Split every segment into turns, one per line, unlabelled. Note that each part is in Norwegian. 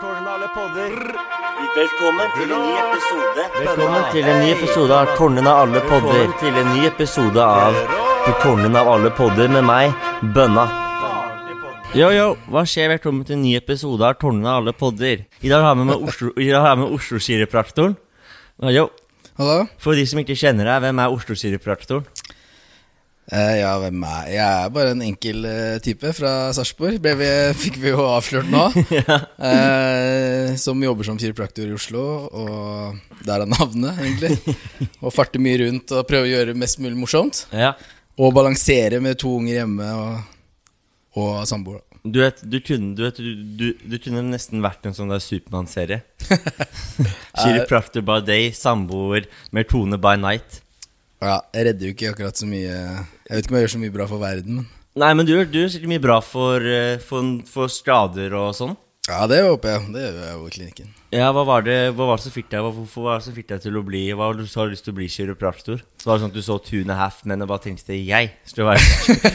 Kornale podder.
Velkommen til en ny episode.
Velkommen til en ny episode av Kornen av alle podder. Til en ny episode av Kornen av alle podder med meg, Bønna. Yo, yo, hva skjer? Velkommen til en ny episode av Kornen av alle podder. I dag har vi med Oslo, i dag har vi med Oslo kiropraktoren. Ja, Yo.
Hallo?
For de som ikke kjenner deg, hvem er Oslo kiropraktoren?
Eh, ja, hvem er jeg? Jeg er bare en enkel eh, type fra Sarpsborg. Ble vi- Fikk vi jo avslørt nå. eh, som jobber som kiropraktor i Oslo, og det er da navnet, egentlig. Og farter mye rundt og prøver å gjøre det mest mulig morsomt.
Ja.
Og balansere med to unger hjemme og, og samboer.
Du vet, du kunne, du vet, du, du, du kunne nesten vært en sånn der Supermann-serie. Kiropraktor by day, samboer med kone by night.
Ja, jeg redder jo ikke akkurat så mye Jeg vet ikke om jeg gjør så mye bra for verden, men
Nei, men du, du gjør sikkert mye bra for, eh, for, for skader og sånn.
ja, det håper jeg. Det gjør jeg jo i klinikken.
Ja, hva var det, hva var det som fikk deg hva- Hvorfor var det som fikk deg til å bli Hva har du så har du lyst til å bli kiropraktor? Så var det sånn at du så Two and a Half Men og bare tenkte jeg skulle være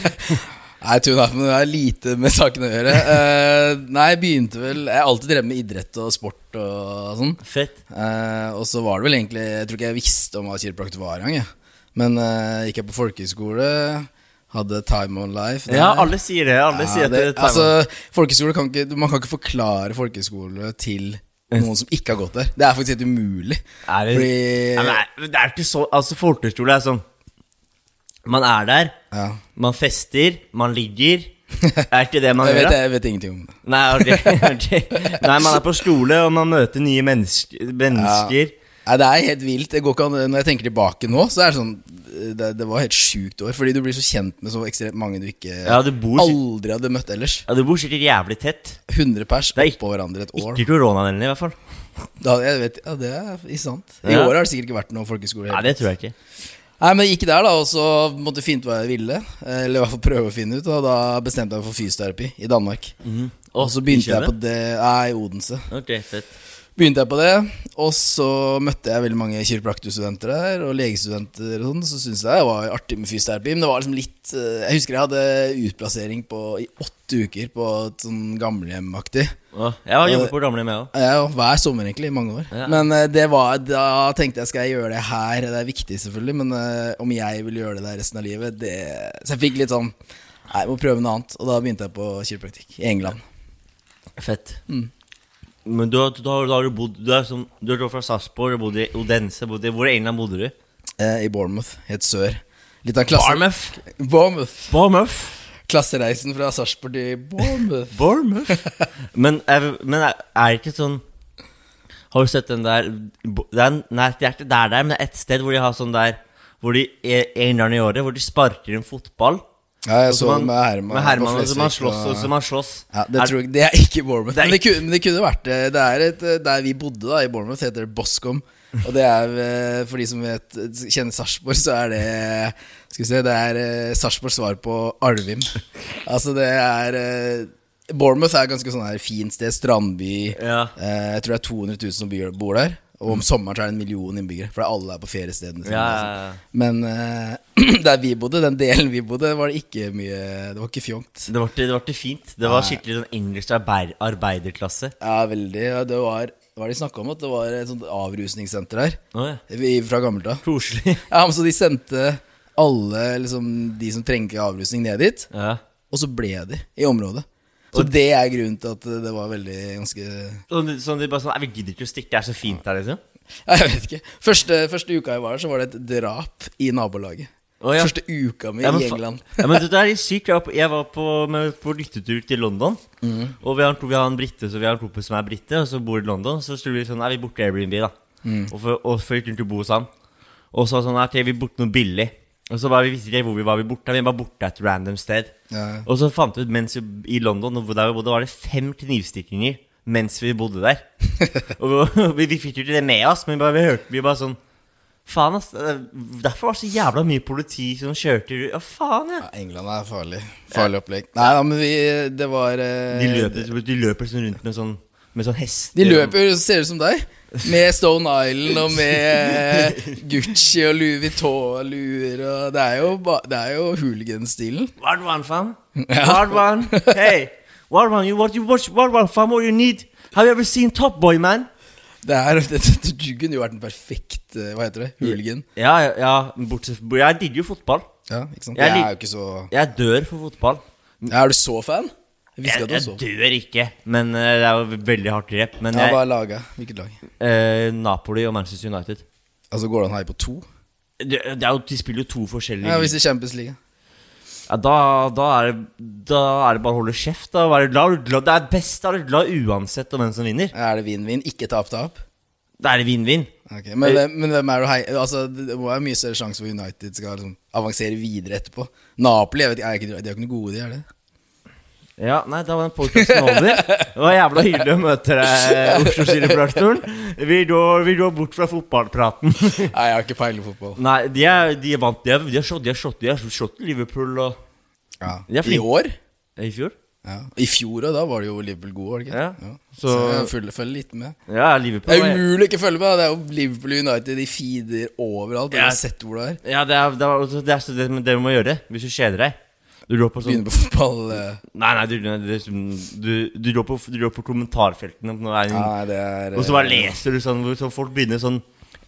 Nei, Tune Half Moon har lite med saken å gjøre. Eh, nei, jeg begynte vel Jeg har alltid drevet med idrett og sport og sånn.
fett?
Eh, og så var det vel egentlig Jeg tror ikke jeg visste om hva kiropraktor var engang. jeg. Men eh, gikk jeg på folkehøyskole, hadde Time On Life der.
Ja, alle sier det. Alle
Ja,
sier at
det-
det,
altså, folkehøyskole kan ikke, Man kan ikke forklare folkehøyskole til noen som ikke har gått der. Det er faktisk helt umulig.
Mm. er det,
fordi-
ja, men er, det er ikke så Altså, folkehøyskole er sånn Man er der,
Ja.
man fester, man ligger. Er ikke det man
Jeg
gjør?
vet,
da?
jeg vet ingenting om det.
Nei, ok, ok. Nei, man er på skole, og man møter nye mennesker. mennesker.
Nei, Det er helt vilt. Det går ikke an, når jeg tenker tilbake nå, så er det sånn Det, det var helt sjukt år. Fordi du blir så kjent med så ekstremt mange du ikke
Ja, du bor-
aldri hadde møtt ellers.
Ja, du bor sikkert jævlig tett.
100 pers
Det er ikke-
oppå hverandre et år.
Ikke koronavennlig, i hvert fall.
Da, jeg vet, ja, det er ikke sant. I
Ja.
år har det sikkert ikke vært noen folkeskole.
Nei, det tror jeg ikke.
Nei, men jeg gikk der, da, og så måtte jeg finne ut hva jeg ville. Eller i hvert fall prøve å finne ut, og da bestemte jeg meg for fysioterapi i Danmark.
Mhm.
Og så begynte jeg på det Nei, i Odense.
Ok, fett.
begynte jeg på det, og så møtte jeg veldig mange kiropraktorstudenter der, og legestudenter og sånn, så syntes jeg det var artig med fysioterapi, men det var liksom litt eh, Jeg husker jeg hadde utplassering på, i åtte uker på et sånn gamlehjemaktig.
Å, Jeg har jobbet på gamlehjem, jeg òg.
Ja, hver sommer, egentlig, i mange år.
Ja.
Men eh, det var, da tenkte jeg skal jeg gjøre det her. Det er viktig, selvfølgelig, men eh, om jeg vil gjøre det der resten av livet det... Så jeg fikk litt sånn Nei, jeg må prøve noe annet. Og da begynte jeg på kiropraktikk i England.
Fett.
Mm.
Men du, har- du, har- da har du bodd Du er, som, du er da fra Sarpsborg, du bodde i Odense bodde, i- Hvor i England bodde du?
eh, I Bournemouth, helt sør. Litt av en klasse...
Bournemouth.
Bournemouth.
Bournemouth.
Klassereisen fra Sarpsborg til Bournemouth.
men er, men er, er det ikke sånn Har du sett den der bo- det er en- Nei, det er ikke der, der, men det er et sted hvor de har sånn der Hvor de en- en gang i året Hvor de sparker en fotball.
Ja, jeg
Og
så den med Herman.
Med Herman
på
og så man
Flesvig,
slåss, og så man slåss.
ja, det,
Er-
tror jeg, det er ikke Bournemouth.
Det er
Men, det kunne, men det kunne vært det. Det er et, eh, Der vi bodde da i Bournemouth, heter det Boscom. Og det er, eh, for de som vet, kjenner Sarpsborg, så er det Skal vi se, det er eh, Sarpsborgs svar på Alvim. Altså, det er eh, Bournemouth er et ganske sånn her fint sted. Strandby.
Ja. Mm.
Eh, jeg tror det er 200 000 som bygger- bor der. Og om sommeren så er det en million innbyggere, for alle er på feriestedene. sine,
Ja,
liksom.
ja, ja.
Men eh, der vi bodde, den delen vi bodde, var det ikke mye Det var ikke fjongt.
Det var ikke, det var ikke fint. Det var skikkelig sånn engelsk arbeid, arbeiderklasse.
Ja, veldig. Ja, Det var Hva var det de snakka om? At det var et sånt avrusningssenter her.
Å, ja.
Vi- Fra gammelt av.
Koselig.
Ja, men så de sendte alle liksom, de som trengte avrusning, ned dit.
Ja.
Og så ble de i området. Så det er grunnen til at det var veldig ganske
Sånn, sånn, de bare sånn, «Nei, Vi gidder ikke å stikke, det er så fint her, liksom.
Ja, Jeg vet ikke. Første, første uka jeg var her, så var det et drap i nabolaget.
Å, ja.
Første uka mi
Ja, men
i
fa-
England.
ja, men det er litt sykt. Jeg var på, jeg var på, med, på lyttetur til London. Og vi har, en, vi har en brite så vi har en kompis som er brite, og så bor i London. Så sto vi sånn Nei, vi bor til Airbnb, da. Og, for, og så gikk rundt og bo hos han. Og så var det sånn Ok, vi borte noe billig. Og så bare, vi visste ikke hvor vi var, vi borte, vi var borte et random sted.
Ja, ja.
Og så fant vi ut mens vi, i London og hvor- der vi bodde, var det fem knivstikkinger mens vi bodde der. og vi, vi fikk jo ikke det med oss, men vi bare, vi hørte vi bare sånn Faen, ass. eh, Derfor var det så jævla mye politi som kjørte rundt. Ja, faen, ja.
Ja, England er farlig. Farlig opplegg. Nei da, men vi Det var eh,
De løper, de løper sånn rundt med sånn, med sånn hester.
De løper jo ser ut som deg. Med Stone Island og med Gucci og Louis Vuitton-luer og Det er jo, ba- det er jo hooligan-stilen.
What one, fam? What one? Hey! What one? You, what, you, what, what one, fam? What you need? Have you ever seen Top Boy, man?
Det er, det, det, du kunne jo vært en perfekt eh, Hva heter det? Hooligan.
Ja, ja, ja. Bortsett fra Jeg digger jo fotball.
Ja, ikke sant?
Jeg
Jeg
lik-
er jo ikke så
Jeg dør for fotball.
ja, Er du så fan? Jeg visste
Jeg,
ikke at du var
jeg
så fan.
dør ikke, men eh, det er jo veldig hardt grep. Men
Ja, hva
jeg,
er laget? Hvilket lag?
eh, Napoli og Manchester United
Altså Går det an å heie på to?
det, det er jo, De spiller jo to forskjellige
Ja, Hvis det er Champions League.
Ja, da, da, er det, da er det bare å holde kjeft. Da. Være glad, være glad. Det er best å være glad uansett om hvem som vinner.
Er det vinn-vinn? Ikke tap-tap?
Da er det vinn-vinn.
Ok, men, hvem, men hvem er du hei... Altså, det må være mye større sjanse for United skal liksom, avansere videre etterpå. Napoli jeg vet, ikke, er ikke, de er ikke noe gode, de er det?
Ja, nei, da var den podkasten over. Det var jævla hyggelig å møte deg, Oslo-kiropraktoren. Vi, går- vi går bort fra fotballpraten.
Nei, jeg har ikke peiling på fotball.
Nei, de er, de er vant. De har de har slått de har slått- de har slått Liverpool og
Ja.
De er
I
flinke.
år?
I fjor.
Ja. I fjor òg, da var det jo Liverpool gode, var det ikke?
Ja,
Så,
så-
jeg følger, følger litt med.
Ja,
Det
Liverpool
er
er-
umulig å ikke følge med, da. det er jo Liverpool og United, de feeder overalt. Jeg
Ja.
har sett hvor det er.
Ja, det er det, er, det, er, det, det du må gjøre hvis du kjeder deg. Du går på sånn
Begynner på fotball. eh.
Nei, nei, du, du, du, går, på, du går på kommentarfeltene. På noe, er det
Ja,
en-
nei, det er
Og så bare
eh,
leser du sånn hvor sånn folk begynner sånn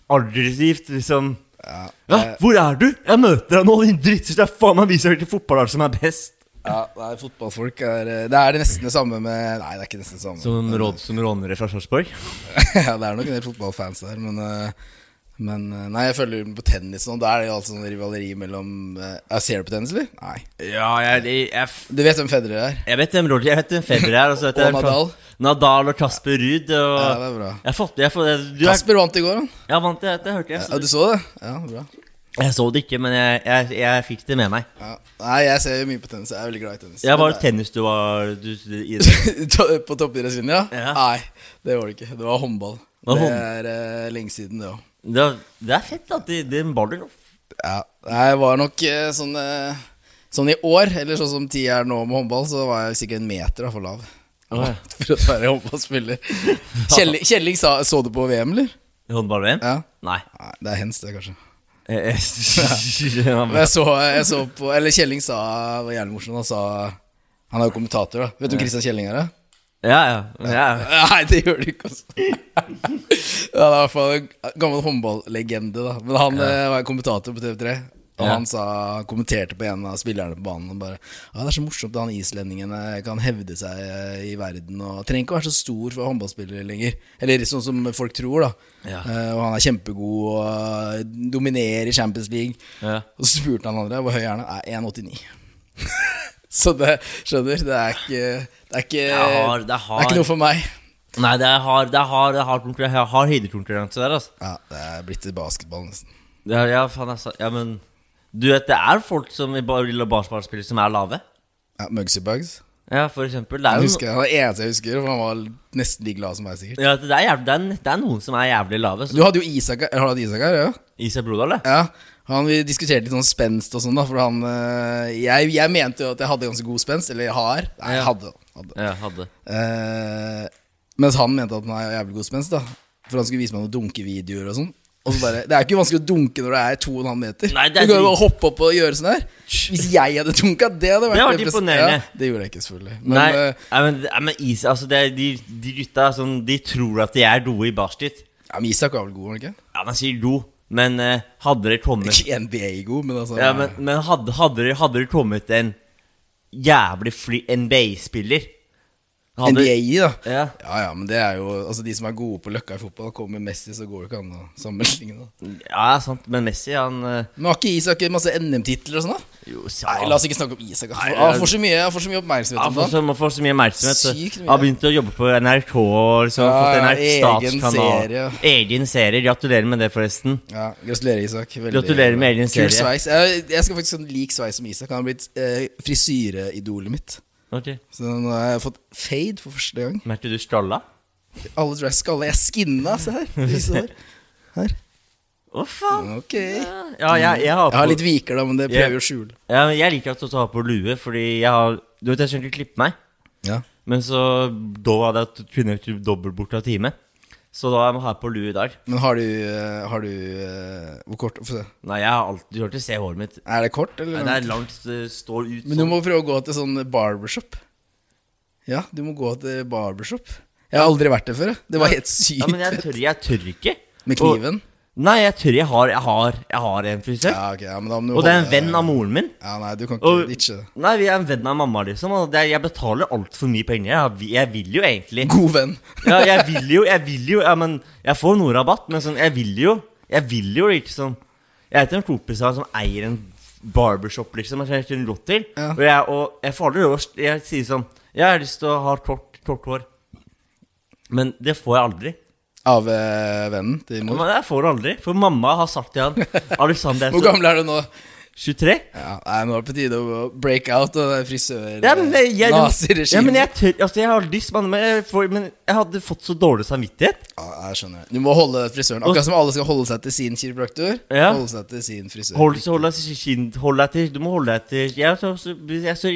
aggressivt liksom
Ja.
Ja, hvor er du? Jeg møter deg nå, din drittsekk. Det er faen meg vi som hørte fotballag som er best.
Ja, nei, fotballfolk er eh, Det er det nesten det samme med Nei, det er ikke nesten det samme.
Som, råd,
sånn
som rånere fra Sarpsborg.
ja, det er nok en del fotballfans der, men eh, men eh, nei, jeg følger med på tennis nå. Da er det jo altså sånn rivaleri mellom eh, ja, Ser du på tennis, eller? Nei.
Ja, jeg, jeg, jeg,
Du vet hvem Federer er?
jeg vet hvem Roger Jeg vet hvem Federer er. og så vet jeg-
Og Nadal.
Nadal og Kasper Ruud. Og
Ja, det er bra.
Jeg fått, jeg, fått, du er,
Kasper vant i går, han.
jeg vant, jeg, jeg hørte jeg,
Ja, du så det? Ja, bra.
jeg så det ikke, men jeg, jeg, jeg fikk det med meg.
Ja. Nei, jeg ser jo mye på tennis. Jeg er veldig glad i tennis.
Jeg var
Men,
tennis du var du, i
eh, to- på toppidrettslinja?
Ja.
Nei, det var det ikke. Det var håndball.
var
Det
hånd-
er eh, lenge siden, det òg.
Det, er- det er fett at de, de baller nå.
Ja. Nei, Jeg var nok eh, sånn eh, Sånn i år, eller sånn som ti er nå med håndball, så var jeg sikkert en meter da, for lav.
Åh,
For å være håndballspiller. Kjell- Kjelling sa Så du på VM, eller?
Håndball-VM?
Ja.
Nei.
Nei, det er hens, det, kanskje.
Eh, eh,
Men jeg så, jeg så på Eller Kjelling sa Det var jævlig morsomt. Han sa Han er jo kommentator, da. Vet du hvem Christian Kjelling er, da?
ja, ja, ja.
Nei, det gjør du ikke, altså. ja, det er i hvert fall en gammel håndballegende, da. Men han eh, var kommentator på TV3. Og
Ja.
han sa, han kommenterte på en av spillerne på banen og bare Ja, det er så morsomt at han islendingen eh, kan hevde seg eh, i verden og trenger ikke å være så stor for håndballspillere lenger. Eller sånn som folk tror, da.
Ja.
Eh, og han er kjempegod og eh, dominerer i Champions League.
Ja.
Og så spurte han andre hvor høy er han? Nei, 1,89. så det skjønner, det er ikke Det er ikke,
Det er hard- det er
det er ikke
hard.
noe for meg.
Nei, det er hard, det er hard, det er hard, konkurren- jeg har høydekonkurranse der, altså.
Ja, det er blitt til basketball nesten.
Ja, ja, faen, altså. Ja, men du vet, det er folk som i bar- lille barspillere som er lave.
Ja, Mugsy Bugs.
Ja, for eksempel. Det er
Han
jo
husker, han er det eneste jeg husker, for han var nesten like glad som meg, sikkert.
ja, det, er jævlig, det, er, n- det er noen som er jævlig lave.
Du
Så,
hadde jo Isak her, har du hatt Isak her, ja?
Isak Blodal, det.
Ja. Han, vi diskuterte litt sånn spenst og sånn, da, for han eh, jeg, jeg mente jo at jeg hadde ganske god spenst, eller jeg har. Nei, jeg hadde. Hadde.
Ja, hadde.
Eh, mens han mente at han er jævlig god spenst, da. For han skulle vise meg noen dunkevideoer og sånn. Og så bare, Det er ikke vanskelig å dunke når du er 2,5 meter.
Nei,
du
det er
kan jo
drit-
bare hoppe opp og gjøre sånn her. Hvis jeg hadde dunka, det hadde vært
Det hadde vært
represen-
imponerende.
Ja, det gjorde jeg ikke, selvfølgelig. Men
Nei,
eh,
nei, men, nei, men is, altså det er, de, de gutta sånn, de tror at de er doe i basket.
ja, men Isak var vel god, var han ikke?
Ja, man sier do, men eh, hadde det kommet
Ikke NBA-god, men altså
Ja, men, men hadde, hadde, det, hadde det kommet en jævlig fly NBA-spiller hadde-
NBA, da.
Ja.
ja ja, men det er jo Altså, de som er gode på løkka i fotball, kommer med Messi, så går det ikke an å sammenligne. Da.
Ja, sant, men Messi, han eh,
Men har ikke Isak masse NM-titler og sånn, da?
jo, så,
Nei, la oss ikke snakke om Isak. Han får,
Nei,
han får, så, mye, han får så mye oppmerksomhet
Han
om
får
dagen.
så, man får så mye oppmerksomhet. så-
Sykt mye.
Han begynte å jobbe på NRK og liksom,
Ja,
fått en
ja, egen
statskanal.
serie.
Egen serie. Gratulerer med det, forresten.
Ja, gratulerer, Isak. Veldig-
Gratulerer med egen serie.
Kul sveis. Jeg, jeg skal faktisk ha en lik sveis som Isak. Han har blitt eh, frisyreidolet mitt.
Ok.
Så nå har jeg fått fade for første gang.
Merker du skalla?
Alle dress skal alle. Jeg skinna, se her. Disse der. Her.
Å, faen.
Ok. Jeg
Ja, jeg, jeg har på
har litt viker, da, men det prøver vi å skjule.
Ja, men jeg liker at du også har på lue, fordi jeg har Du vet, jeg skulle klippe meg,
Ja.
men så da var det at du kunne jeg ikke dobbelt bort av time. Så da har jeg på lue i dag.
Men har du, eh, har du eh, Hvor kort Få se.
Nei, jeg har alltid Du har ikke se håret mitt.
Er det kort, eller?
Nei, det er langt, det står ut
Men du
sånn.
må prøve å gå til sånn barbershop. Ja, du må gå til barbershop. Jeg har aldri vært der før. jeg. Det var helt sykt.
Ja, men jeg tør, jeg tør ikke.
Med kniven?
Og, nei, jeg tør. Jeg har, jeg har, jeg har en frisør.
Ja, ok, ja, men da må du
og det er en
holde-
venn av moren min.
Ja, nei, du kan ikke
Og,
ditche det.
nei, vi er en venn av mamma, liksom. Og det, er- jeg betaler altfor mye penger. Jeg, har- jeg vil jo egentlig
God venn.
Ja, jeg vil jo, jeg vil jo ja, men Jeg får noe rabatt, men sånn, jeg vil jo Jeg vil jo liksom Jeg er ikke en kompis av som eier en barbershop, liksom. Jeg kjenner ikke en lott til.
Ja.
Og, jeg, og jeg får aldri lov å- Jeg sier sånn Jeg har lyst til å ha kort, kort hår. Men det får jeg aldri.
Av eh, vennen til mor.
Men jeg får det aldri For mamma har sagt til han Alexander er
Hvor
så
gammel er du nå?
23.
Ja, nei, Nå er det på tide å break out av det
Ja, men jeg, jeg,
frisør-naziregimet.
ja, men jeg tør Altså, jeg har lyst, men men jeg, får, men jeg hadde fått så dårlig samvittighet.
jeg skjønner det. Du må holde frisøren Akkurat som alle skal holde seg til sin kiropraktor.
Ja.
Holde seg til sin frisør.
Hold, så hold, deg, til kinn- hold deg til Du må holde deg til jeg, så, så, jeg, så,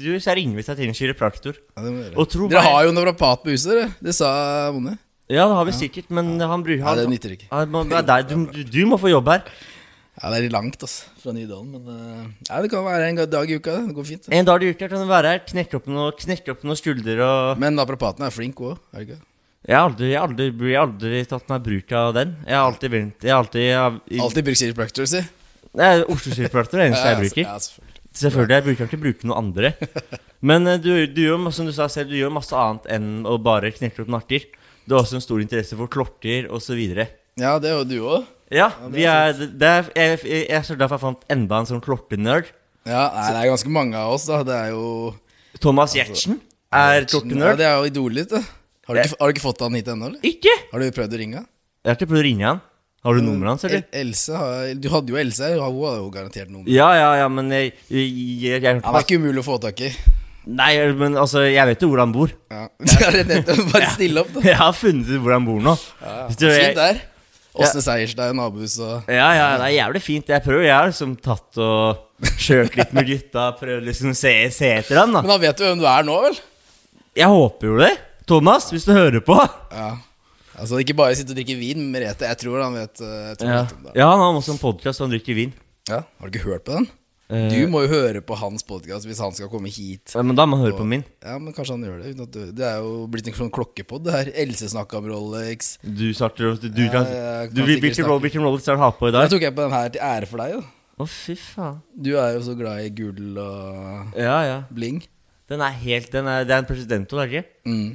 Du så ringer vi seg til en kiropraktor.
Ja, det må dere.
Og tro
dere
meg-
har jo naprapat på huset, dere. Det sa Bonnie.
Ja, det har vi sikkert, men han bryr
Nei,
han,
det nytter ikke.
Han, må- det er deg, du, du, du må få jobb her.
Ja, det er langt, altså. Fra Nydalen. Men eh, ja, det kan være en dag i uka. Det Det går fint. det.
En dag i uka kan du være her, knekke opp noen knekke opp noen skuldre og
Men naprapaten er flink òg, er det ikke? det?
Jeg har aldri, jeg har aldri, jeg har aldri tatt meg bruk av den. Jeg har alltid vent Jeg har alltid jeg har,
Alltid brukt kiropraktor, si.
Nei, Oslo kiropraktor er det eneste jeg bruker.
Ja, altså, selvfølgelig.
Selvfølgelig, jeg bruker ikke bruke noen andre. Men eh, du, du gjør, som du sa selv, du gjør masse annet enn å bare knekke opp nakker. Du har også en stor interesse for klokker osv.
ja det har du òg.
Ja, vi er, det er, jeg, jeg, jeg er så glad for at jeg fant enda en sånn klokkenerd.
Ja, nei, det er ganske mange av oss, da. Det er jo
Thomas Giertsen er
Altså, Ja,
klokkenerd.
det er jo idolet ditt, da. Har du, ikke, har du ikke fått han hit ennå, eller?
Ikke!
Har du prøvd å ringe han?
Jeg har ikke prøvd å ringe han. Har
Mm,
du nummeret hans, eller?
El Else har, du hadde jo Else her, hun har jo garantert nummer.
Ja, ja, ja, men jeg, jeg, jeg, jeg,
Han er ikke umulig å få tak i.
Nei, men altså, jeg vet jo hvor han bor.
Ja. Bare nettopp- bare stille opp, da.
Jeg har funnet ut hvor han bor nå. Så jeg-
Fint der. Åsne Seierstad, nabohus og
Ja, ja, det er jævlig fint. Jeg prøver, jeg har liksom tatt og kjørt litt med gutta. Prøvd liksom å se, se etter han,
Men
da.
han vet jo hvem du er nå, vel?
Jeg håper jo det. Thomas, hvis du hører på.
Altså Ikke bare sitte og drikke vin med Merete. Jeg tror han vet, eh, jeg tror
Ja,
han vet om det.
ja han har også en podkast han drikker vin.
Ja. Har du ikke hørt på den? Du må jo høre på hans podkast hvis han skal komme hit.
Ja, Men da må han høre på min.
Ja, men kanskje han gjør det. Uten at du, det er jo blitt en sånn klokkepod, det her. Else snakka om Rolex.
Du starter og du kan,
jeg kan
du,
sikkert
Hvilken
snakke.
rolle hvilken rolle skal du ha på i
Da
dag? Å,
tok jeg på den her til ære for deg, da.
fy faen.
Du er jo så glad i gull og
Ja, ja.
bling.
Den er helt den er, Det er en president å lage.
Mm.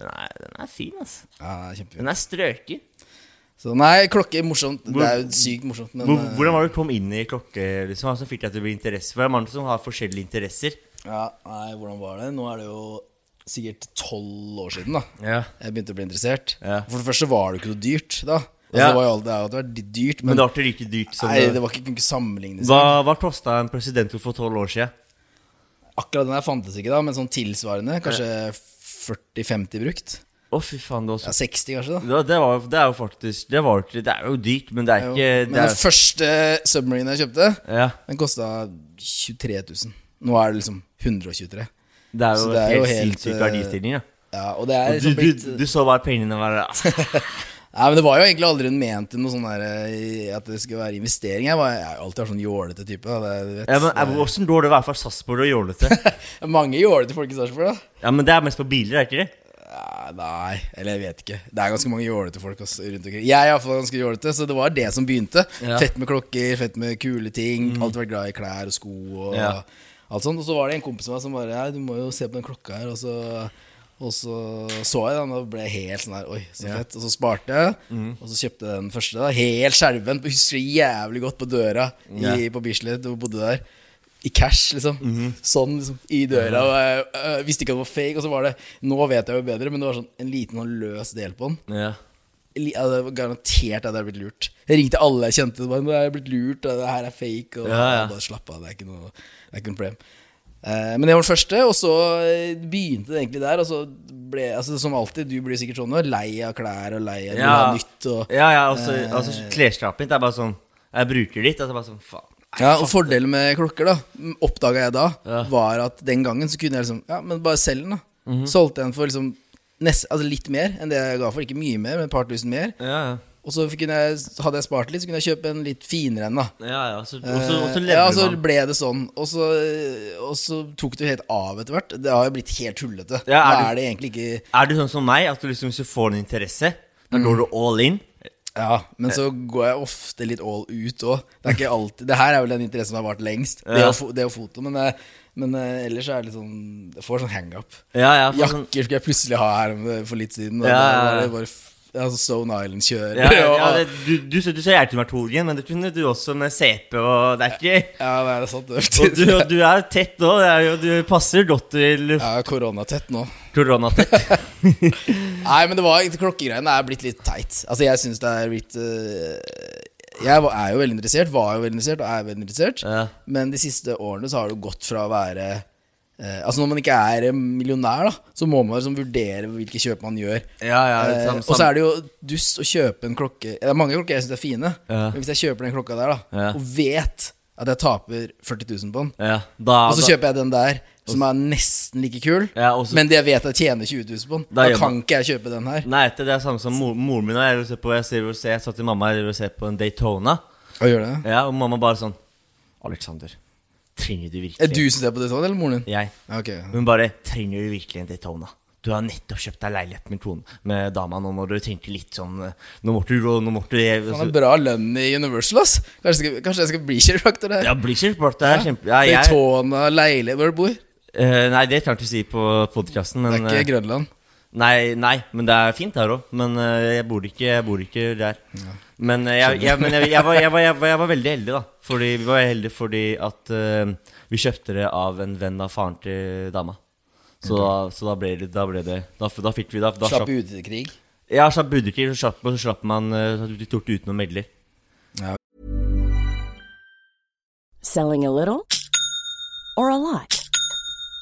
Den, er, den er fin, altså.
Ja, det er kjempefint.
Den er strøken.
Så nei, klokke er morsomt. Det er jo sykt morsomt, men
Hvor,
eh,
hvordan var det du kom inn i klokke? liksom? Hva som fikk deg til å bli interesse? For det er mange som har forskjellige interesser.
ja, nei, hvordan var det? Nå er det jo sikkert tolv år siden, da.
Ja.
Jeg begynte å bli interessert.
Ja.
For det første var det jo ikke noe dyrt, da. Altså,
Ja.
Det var jo alt- det har jo alltid vært dyrt, men,
Men det var ikke like dyrt som
nei,
det-
det var ikke, kunne ikke sammenlignes.
Hva, hva kosta en presidenttur for tolv år siden?
Akkurat den her fantes ikke, da, men sånn tilsvarende, kanskje 40-50 brukt.
Å, fy faen, det var
Ja,
så
60 kanskje, da.
det, var- det, var, det er jo faktisk Det, var, ikke- det er jo dyrt, men det er
Jo,
ikke det
Men den
er,
første submarinen jeg kjøpte,
ja.
den kosta 23 000. Nå er det liksom 123. 000.
Det er
Så
jo,
det er jo
helt,
helt,
sinnssyk
eh,
verdistigning, da.
Ja, og det er
Du,
liksom blitt
du, du så bare pengene var altså.
Nei, men Det var jo egentlig aldri ment til noe sånn der eh, at det skulle være investering. Jeg, var, jeg er jo alltid vært sånn jålete type. Da. Det, du vet,
ja, men, eh,
det
Hvordan går det å være fra Sarpsborg og jålete?
er mange jålete folk i Sarpsborg, da.
Ja, men det er mest på biler, er det ikke det?
Ja, nei, eller jeg vet ikke. Det er ganske mange jålete folk også, rundt omkring. Jeg er iallfall ganske jålete, så det var det som begynte.
Ja. Mm.
Fett med klokker, fett med kule ting. Alltid vært glad i klær og sko og
Ja.
alt sånt. Og så var det en kompis av meg som bare Ja, du må jo se på den klokka her, og så og så så jeg den, og ble jeg helt sånn her Oi, så fett. Og så sparte jeg, og så kjøpte jeg den første. da Helt skjelven. Husker jævlig godt på døra i,
Ja.
på Bislett, hvor jeg bodde der. I cash, liksom. Sånn liksom, i døra. Og jeg øh, visste ikke at det var fake. Og så var det Nå vet jeg jo bedre, men det var sånn en liten og løs del på den.
Ja.
Li- ja, det var Garantert at jeg hadde blitt lurt. Jeg ringte alle jeg kjente. Bare, nå er jeg blitt lurt, og det her er fake. Og
Ja, ja.
Bare slapp av, det er ikke noe, det er ikke noe problem. Eh, men det var den første, og så eh, begynte det egentlig der. Og så ble jeg, altså, som alltid, du blir sikkert sånn nå, lei av klær og lei av ja. nytt. Og, Eh.
ja, ja, altså, altså klesskapet mitt er bare sånn Jeg bruker ditt, og så bare sånn faen.
ja, og fordelen med klokker, da, oppdaga jeg da, var at den gangen så kunne jeg liksom Ja, men bare selg den, da.
Mhm.
Solgte jeg den for liksom nest, altså litt mer enn det jeg ga for. Ikke mye mer, men et par tusen mer.
Ja, ja.
Og så fikk- kunne jeg, hadde jeg spart litt, så kunne jeg kjøpe en litt finere en, da.
Ja, ja, så, og så, og så lever
Eh, ja, så
man.
ble det sånn. Og så, og så tok det jo helt av etter hvert. Det har jo blitt helt hullete.
Ja, er
Nå
du-
er det egentlig ikke
Er du sånn som meg, at du liksom, hvis du får en interesse, da
Mm.
går du all in?
Ja, men så går jeg ofte litt all ut òg. Det er ikke alltid Det her er vel den interessen som har vart lengst. Det,
Ja.
å, fo- det å foto. Men, eh, men eh, ellers er det litt sånn Jeg får sånn hangup.
Ja, ja, for sånn,
Jakker skulle jeg plutselig ha her om- eh, for litt siden. Og
Ja, ja,
da var
ja.
det bare f- ja, sånn Stone Island-kjører.
ja, ja,
og-
det, du, du, du, du ser hjertet med Torgen, men det kunne du også med CP og Det er ikke
ja, det er sant.
og du,
det.
og du er tett nå, det er jo, du passer godt til
Jeg er koronatett nå.
koronatett.
Nei, men det var klokkegreiene er blitt litt teit. Altså, jeg syns det er blitt øh, Jeg var- er jo veldig interessert, var jo veldig interessert og er veldig interessert.
Ja.
Men de siste årene så har det jo gått fra å være eh, Altså, når man ikke er eh, millionær, da, så må man liksom vurdere hvilke kjøp man gjør.
Ja, ja,
Eh,
sam-
og så
sam-
er det jo dust å kjøpe en klokke Det er mange klokker jeg syns er fine,
Ja.
men hvis jeg kjøper den klokka der, da,
Ja.
og vet at jeg taper 40 000 på den,
Ja, da,
og så
da,
kjøper jeg den der, som er nesten like kul,
Ja, og så-
men det jeg vet jeg tjener 20 000 på den.
Da
Da,
gjør
kan ikke jeg kjøpe den her.
Nei, det er det samme som mor, moren min. og Jeg, ser på, jeg, ser, jeg, ser, jeg satt til mamma jeg ser på en Daytona,
Hva gjør det?
ja, og mamma bare sånn Alexander, trenger du virkelig
Er du som ser på det sånn, eller moren din?
Jeg.
Ja, ok.
Hun bare Trenger du virkelig en Daytona? Du har nettopp kjøpt deg leilighet med, kone, med dama nå når du trengte litt sånn eh, Nå måtte du Nå måtte du
Han har bra lønn i Universal, ass. Kanskje, jeg skal- kanskje jeg skal bli kiropraktor der.
Ja, Blizzard Sport det er kjempe... Ja, jeg,
Daytona, leilighet Hvor du bor? Det
eh, nei, det kan jeg ikke si på podkasten,
er
men
ikke
eh,
Grønland.
nei, nei, men det er fint der òg. Men eh, jeg bor ikke, jeg bor ikke der. Men, eh, jeg, jeg, men jeg, jeg, var, jeg, var, jeg, var, jeg var veldig heldig, da. Fordi Vi var heldige fordi at eh, vi kjøpte det av en venn av faren til dama. Så, da, så da ble det Da, ble det, da, f- da fikk vi da, da
Slapp ut i krig.
Ja, slapp budekrig, så slapp, så slapp man eh, De tok det uten noen melder.
Selling a little or a lot?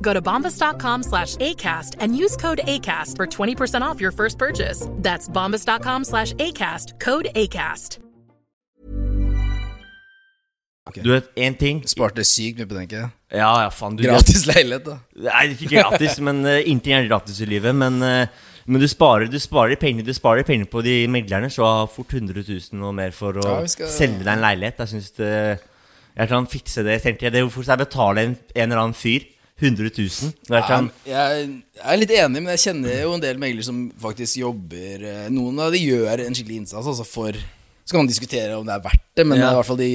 Go to bombas.com slash ACAST and use code ACAST for 20% off your first purchase. That's bombas.com slash ACAST, code ACAST.
Du vet én ting?
Sparte sykt mye på den, ikke
Ja, ja, faen. Du,
Gratis leilighet, da.
Nei, ikke gratis, men eh, ingenting er gratis i livet. Men, eh, men du, sparer, du sparer penger Du sparer penger på de meglerne, så fort 100 000 og mer for å
Ja, vi skal-
selge deg en leilighet. Jeg syns det Jeg kan fikse det, tenkte jeg. Det er Hvorfor skal jeg betale en, en eller annen fyr 100 000? Og jeg kan,
Jeg er litt enig, men jeg kjenner jo en del meglere som faktisk jobber eh, Noen av de gjør en skikkelig innsats altså for Så kan man diskutere om det er verdt det, men
Ja.
det er i hvert fall de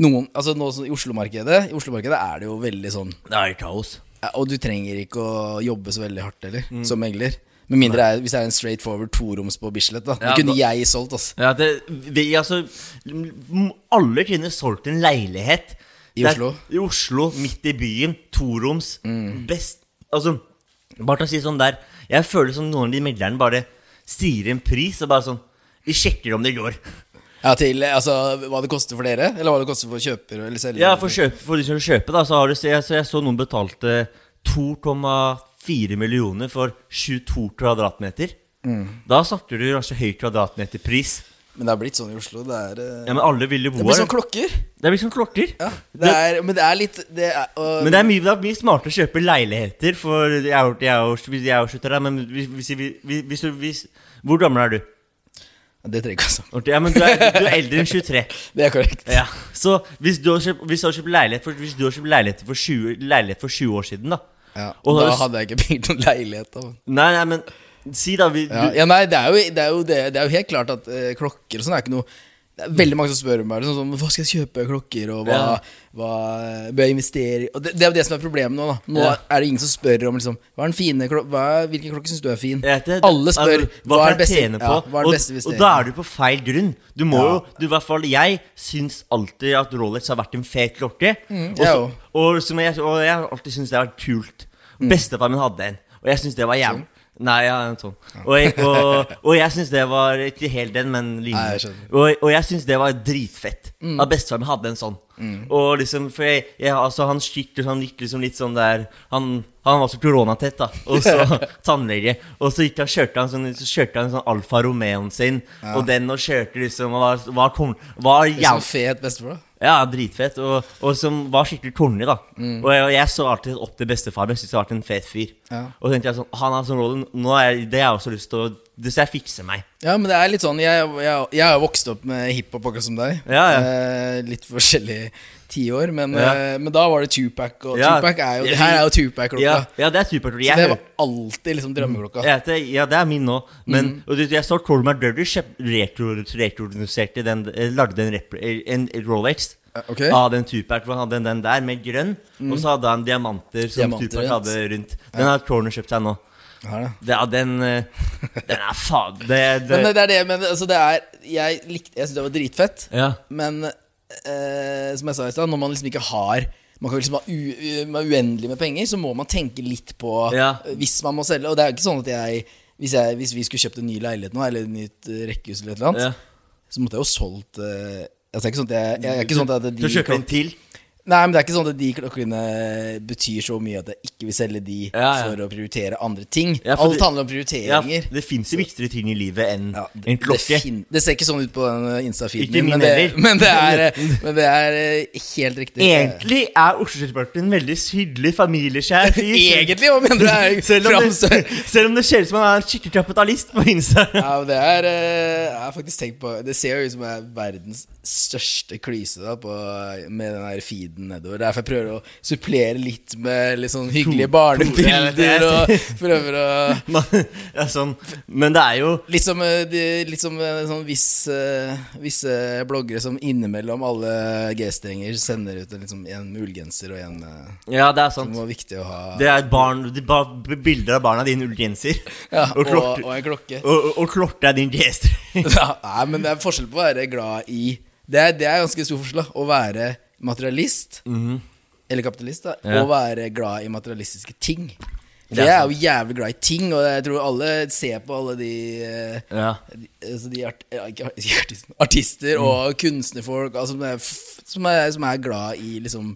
noen, altså nå som- I Oslo-markedet I Oslo-markedet er det jo veldig sånn
det er kaos.
ja, Og du trenger ikke å jobbe så veldig hardt heller,
Mm.
som megler. Med mindre det er, hvis det er en straight forward toroms på Bislett, da. Det
Ja,
kunne
da-
jeg solgt, altså.
Ja, det, vi, altså, m- alle kunne solgt en leilighet.
I
Det er-
Oslo? Mm.
I Oslo, midt i byen. Toroms. Best Altså, bare til å si sånn der Jeg føler som noen av de meglerne bare sier en pris, og bare sånn De sjekker om det går.
Ja, til altså, hva det koster for dere, eller hva det koster for kjøper eller selger.
Ja, for, kjøp, for de som vil kjøpe, da, så har du så jeg, så jeg så noen betalte 2,4 millioner for 22 kvadratmeter.
Mm.
Da snakker du kanskje høy kvadratmeterpris.
Men det har blitt sånn i Oslo. Det er eh,
Ja, men alle vil jo bo
Det blir
her.
sånn klokker.
Det blir sånn klokker.
Ja, det er, men det er litt det er, og,
Men det er mye, det er mye smartere å kjøpe leiligheter, for jeg er jo- jeg er jo- jeg er jo slutter her, men hvis, hvis, hvis, hvis, du- hvis Hvor gammel er du?
Det trenger ikke å snakke om.
Ok, Ja, men du er, du er eldre enn 23.
Det er korrekt.
Ja, så hvis du har kjøpt, hvis du har kjøpt leilighet for, hvis du har kjøpt leiligheter for 20, leilighet for 20 år siden, da
Ja,
Og
da
da-
hadde jeg ikke bygd noen leilighet. Da.
Nei, nei, men si da vi, du,
Ja, ja, nei, det er, jo, det, er jo det, det er jo helt klart at eh, klokker og sånn er ikke noe det er veldig mange som spør om det. Sånn, som, hva skal jeg kjøpe klokker, og hva,
Ja.
hva eh, bør jeg investere i? Og det, det er jo det som er problemet nå. da Nå
Ja.
er det ingen som spør om liksom, hva er den fine klok hva, er- hvilken klokke syns du er fin.
Jeg vet ikke,
Alle spør
altså, hva,
hva
kan
er den beste,
jeg tjene på?
ja, hva er den beste
og, og da
investeringen.
er du på feil grunn. Du må
Ja.
jo, du, i hvert fall jeg syns alltid at Rolex har vært en fet klokke. og,
Mm, jeg
så,
også. Mm.
og, som jeg, og jeg har alltid syntes det har vært kult. Bestefaren min hadde en, og jeg syns det var jævlig. Nei, ja, en sånn. Og jeg, og, og jeg syns det var ikke helt den, men
Nei,
lignende.
jeg skjønner.
Og, og jeg syns det var dritfett.
Mm.
At bestefaren min hadde en sånn. Og liksom, for jeg, jeg, altså Han skikk, liksom, han gikk liksom litt sånn der Han, han var så koronatett, da. Og så tannlege. Og så gikk han, kjørte han sånn, så kjørte han sånn Alfa Romeoen sin, og den og kjørte liksom og var, var, kon- var
Det er sånn
jæv-
fet bestefar. da.
ja, dritfett. Og, og som var skikkelig corny, da. Og, jeg, og jeg så alltid opp til bestefar min. Syntes det var en fet fyr.
Mm. Ja.
Og så tenkte jeg sånn Han har sånn rolle, nå er jeg, det har jeg også lyst til å Det skal jeg fikse meg.
Ja, men det er litt sånn Jeg, jeg, jeg har jo vokst opp med hiphop akkurat som deg.
Ja, ja.
Eh, litt forskjellige tiår, men,
Ja.
eh, men da var det Tupac. Og
Ja.
Tupac er jo, det her er jo Tupac-klokka.
Ja, ja det er supert.
Så
Jeg
det
hører-
var alltid liksom drømmeklokka.
Jeg heter, ja, det er min nå. Men
Mm.
og du, jeg så Colin McDurdy retroduserte den eh, Lagde en, rep- eh, en Rolex
Ok. Mm.
av den Tupac. for Han hadde den der med grønn, og så hadde han diamanter som
Diamanter,
Tupac
ja.
hadde rundt. Den har Corner kjøpt seg nå.
Her, da.
Det, ja, den, eh, den er faen det, det,
Men det, det er det, men altså det er Jeg, likte- jeg syns det var dritfett,
Ja.
men eh, som jeg sa i stad, når man liksom ikke har man kan liksom ha u, u, man er uendelig med penger, så må man tenke litt på
Ja.
eh, hvis man må selge. Og det er jo ikke sånn at jeg hvis, jeg, hvis vi skulle kjøpt en ny leilighet nå, eller et nytt eh, rekkehus eller et eller annet,
Ja.
så måtte jeg jo solgt eh, altså, det er ikke sånn at jeg, jeg, jeg er ikke sånn at de
Du kjøper en til?
Nei, men det er ikke sånn at de klokkene betyr så mye at jeg ikke vil selge de
Ja, ja.
for å prioritere andre ting.
Ja, for
Alt
det-
handler om prioriteringer.
Ja, det fins jo viktigere ting i livet enn en
Det,
klokke.
fin, det ser ikke sånn ut på den Insta-feeden
Ikke min
men, det-
heller.
men, det er, eh, men det er eh, helt riktig.
Egentlig er Oslo Skjellparken en veldig hyggelig familieskjær fyr.
Egentlig, hva mener du? Jeg
Selv om det,
framstår-
selv om det ser ut som han er en skikkelig kapitalist på Insta.
Ja, men det er eh, Jeg har faktisk tenkt på Det ser jo ut som det er verdens største klyse da, på, med den der feeden nedover. Det er derfor jeg prøver å supplere litt med litt sånn hyggelige
jeg vet det.
barnebilder. Og prøver å
Man- ja, sånn. Men det er jo
Litt som, eh, de, litt som eh, sånn viss, eh, visse bloggere som innimellom alle G-strenger sender ut en, liksom, en ullgenser og en eh,
Ja, det er
som
sant.
var viktig å ha.
Det er et barn, de ba, bilder av barna dine ullgenser.
Ja, og,
klokke-
og en klokke.
Og, og klokke er din G-streng.
ja, nei, men det er forskjell på å være glad i Det er, det er ganske stor forskjell. da. Å være materialist, eller kapitalist, da,
Mhm. Ja.
og være glad i materialistiske ting. For
Det er
jeg er jo jævlig glad i ting, og jeg tror alle ser på alle de, eh,
Ja.
de, altså de art, ja, ikke art- ikke artisten, artister
Mm.
og kunstnerfolk altså, som, er, f- som, er, som er glad i liksom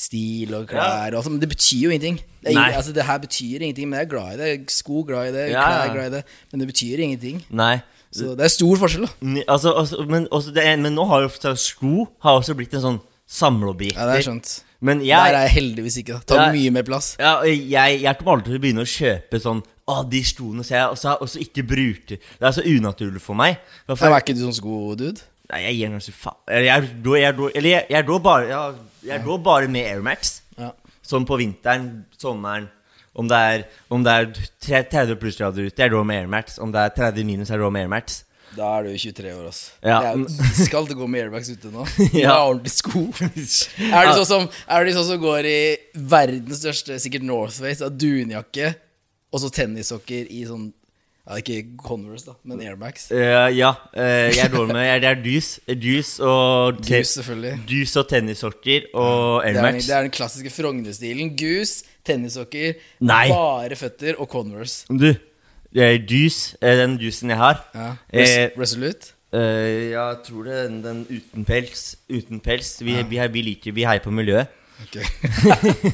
stil og klær. Og, sånn, men det betyr jo ingenting. Det, er,
Nei.
ingen- altså, det her betyr ingenting, men jeg er glad i det. Sko glad i det,
Ja,
klær
ja.
glad i det. Men det betyr ingenting.
Nei.
Så det er stor forskjell, da.
Ni- Altså, altså, men, også det, er- men nå har jo så sko har også blitt en sånn samleobjekt.
Ja, det er skjønt.
Men
Der er
jeg,
jeg heldigvis ikke. da Tar
Nei.
mye mer plass.
ja, jeg, jeg kommer aldri til å begynne å kjøpe sånn Å, de skoene ser jeg, og så, og så ikke bruke Det er så unaturlig for meg. Hvorfor-
Er ikke du sånn skodude?
Nei, jeg gir noe så faen Eller jeg går- jeg går- eller jeg- jeg går bare Jeg, jeg går bare med Air Max
Ja.
Sånn på vinteren, sommeren Om det er, om det er tre- 30 pluss grader ute Jeg går med Air Max Om det er 30 minus, jeg går med Air Max
Da er du 23 år, ass.
Ja.
Det er jo iskaldt å gå med airbags ute nå. Du
Ja.
har ordentlige sko. Er du sånn som, er du sånn som går i verdens største, sikkert Northface, av dunjakke, og så tennissokker i sånn ja, Ikke Converse, da, men airbags.
Eh, Ja, eh, jeg går med Jeg, det er dus Dus og te-
Goose, selvfølgelig.
Dus og tennissorter og
Det
Air
er,
Max
det er den klassiske Frogner-stilen. Goose, tennissokker,
Nei.
bare føtter og Converse.
Du, eh, dus eh, Den dusen jeg har
Ja.
eh,
Res Resolute.
Eh, jeg tror det er den, den uten pels. Uten pels. Vi, vi, vi liker Vi heier på miljøet.
Ok.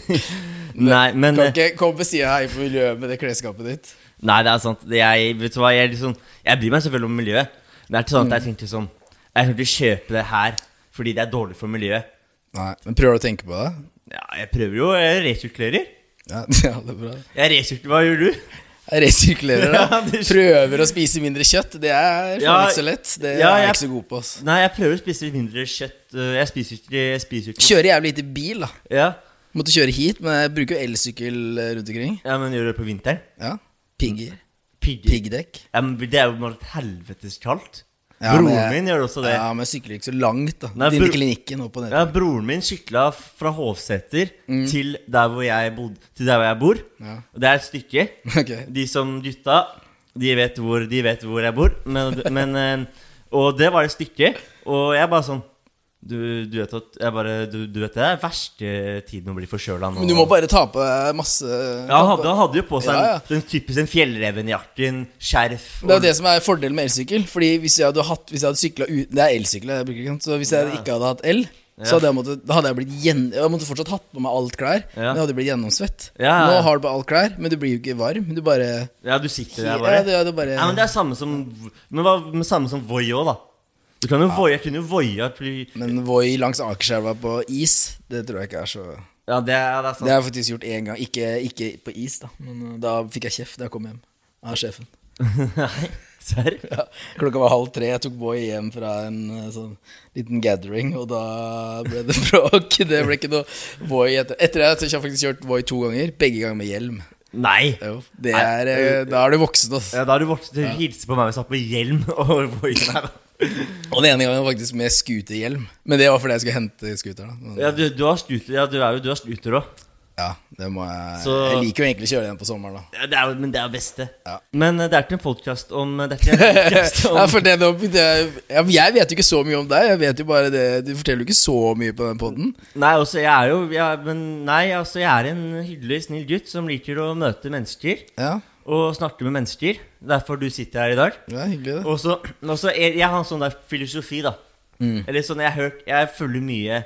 Nei, men
Kan ikke komme på sida her på miljøet med det klesskapet ditt.
Nei, det er sant. Det- Jeg, vet du hva, jeg, er litt sånn- jeg bryr meg selvfølgelig om miljøet. Det er ikke sånn at jeg
Mm.
tenkte sånn Jeg skal ikke kjøpe det her fordi det er dårlig for miljøet.
Nei, men prøver du å tenke på det?
Ja, jeg prøver jo. Jeg resirkulerer.
Ja, ja det er bra.
Jeg resirkulerer, Hva gjør du?
Jeg resirkulerer, da.
Ja, det-
Prøver å spise mindre kjøtt. Det er faen
Ja,
ikke så lett.
ja,
Det er
jeg-
jeg ikke så god på. Ass.
Nei, jeg prøver å spise litt mindre kjøtt. øh, Jeg spiser ikke Jeg spiser ikke
Kjører jævlig lite bil, da.
Ja,
Måtte kjøre hit, men jeg bruker jo elsykkel eh, rundt omkring.
ja men gjør det på vinteren?
Ja. Mm. Pigger.
Pigger.
Piggdekk.
Ja, men det er jo bare helvetes kaldt.
Ja,
Broren
men jeg-
min gjør også det.
Ja, men jeg sykler ikke så langt, da.
Nei,
Inn til
bro-
klinikken og på nettet. Mm.
Ja, broren min sykla fra Hovseter til, der hvor jeg bod, til der hvor jeg bor.
Ja.
Og Det er et stykke.
Ok.
De som gutta, de vet hvor, de vet hvor jeg bor. Men, men, eh, og det var et stykke. Og jeg bare sånn Du, du vet at jeg bare, du, du vet det er verste tiden å bli forkjøla nå.
Men du må bare ta på deg masse
ja, han, hadde, han hadde jo på seg
Ja, ja.
den typisk en fjellrevenjakken, skjerf
Det er jo det som er fordelen med elsykkel. Fordi hvis jeg hadde, hatt- hvis jeg hadde sykla ut Det er elsykkel jeg bruker, ikke sant. Så hvis jeg ikke hadde hatt el, så hadde jeg, måttet, da hadde jeg blitt gjen, Jeg måtte fortsatt hatt på meg alt klær,
Ja.
men jeg hadde blitt gjennomsvett.
Ja.
Nå har du på alt klær, men du blir jo ikke varm. Du bare
Ja, du sitter
Ja,
der bare.
det- ja, det bare-
Nei, men det er samme som Men hva men samme som Voi òg, da. Du kan jo voie, jeg kunne jo voie fordi-
Men Voi langs Akerselva på is, det tror jeg ikke er så
Ja, det er, sånn- det er sant.
Det har jeg faktisk gjort én gang. Ikke, ikke på is, da, men uh, da fikk jeg kjeft da jeg kom hjem av sjefen.
Nei, serr?
Ja, klokka var halv tre. Jeg tok Boy hjem fra en eh, sånn liten gathering, og da ble det bråk. Det ble ikke noe Boy etter Etter det så har jeg faktisk kjørt Boy to ganger, begge ganger med hjelm.
Nei.
Jo, det er, eh, da er du voksen, altså.
Ja, da har du vokst til å hilse på meg hvis jeg har på hjelm og voi. Nei, da.
Og den ene gangen var faktisk med scooterhjelm. Men det var fordi jeg skulle hente scooter. da Men,
Ja, du, du har scooter ja, du er jo du har scooter òg.
Ja, det må jeg
Så-
Jeg liker jo egentlig å kjøre den på sommeren, da.
Ja, det er jo- men det er det beste.
Ja.
Men eh, det er ikke en podkast om Det er ikke en podcast om
Ja, for det, nå begynte jeg, ja, men jeg vet jo ikke så mye om deg. Jeg vet jo bare det Du forteller jo ikke så mye på den poden.
Nei, altså, jeg er jo jeg, er- Men nei, altså, jeg er en hyggelig, snill gutt som liker å møte mennesker.
Ja.
og snakker med mennesker. Derfor du sitter her i dag.
Ja, hyggelig det
Og så, og så er, jeg har en sånn der filosofi, da.
Mm.
Eller sånn, jeg, har hørt, jeg følger mye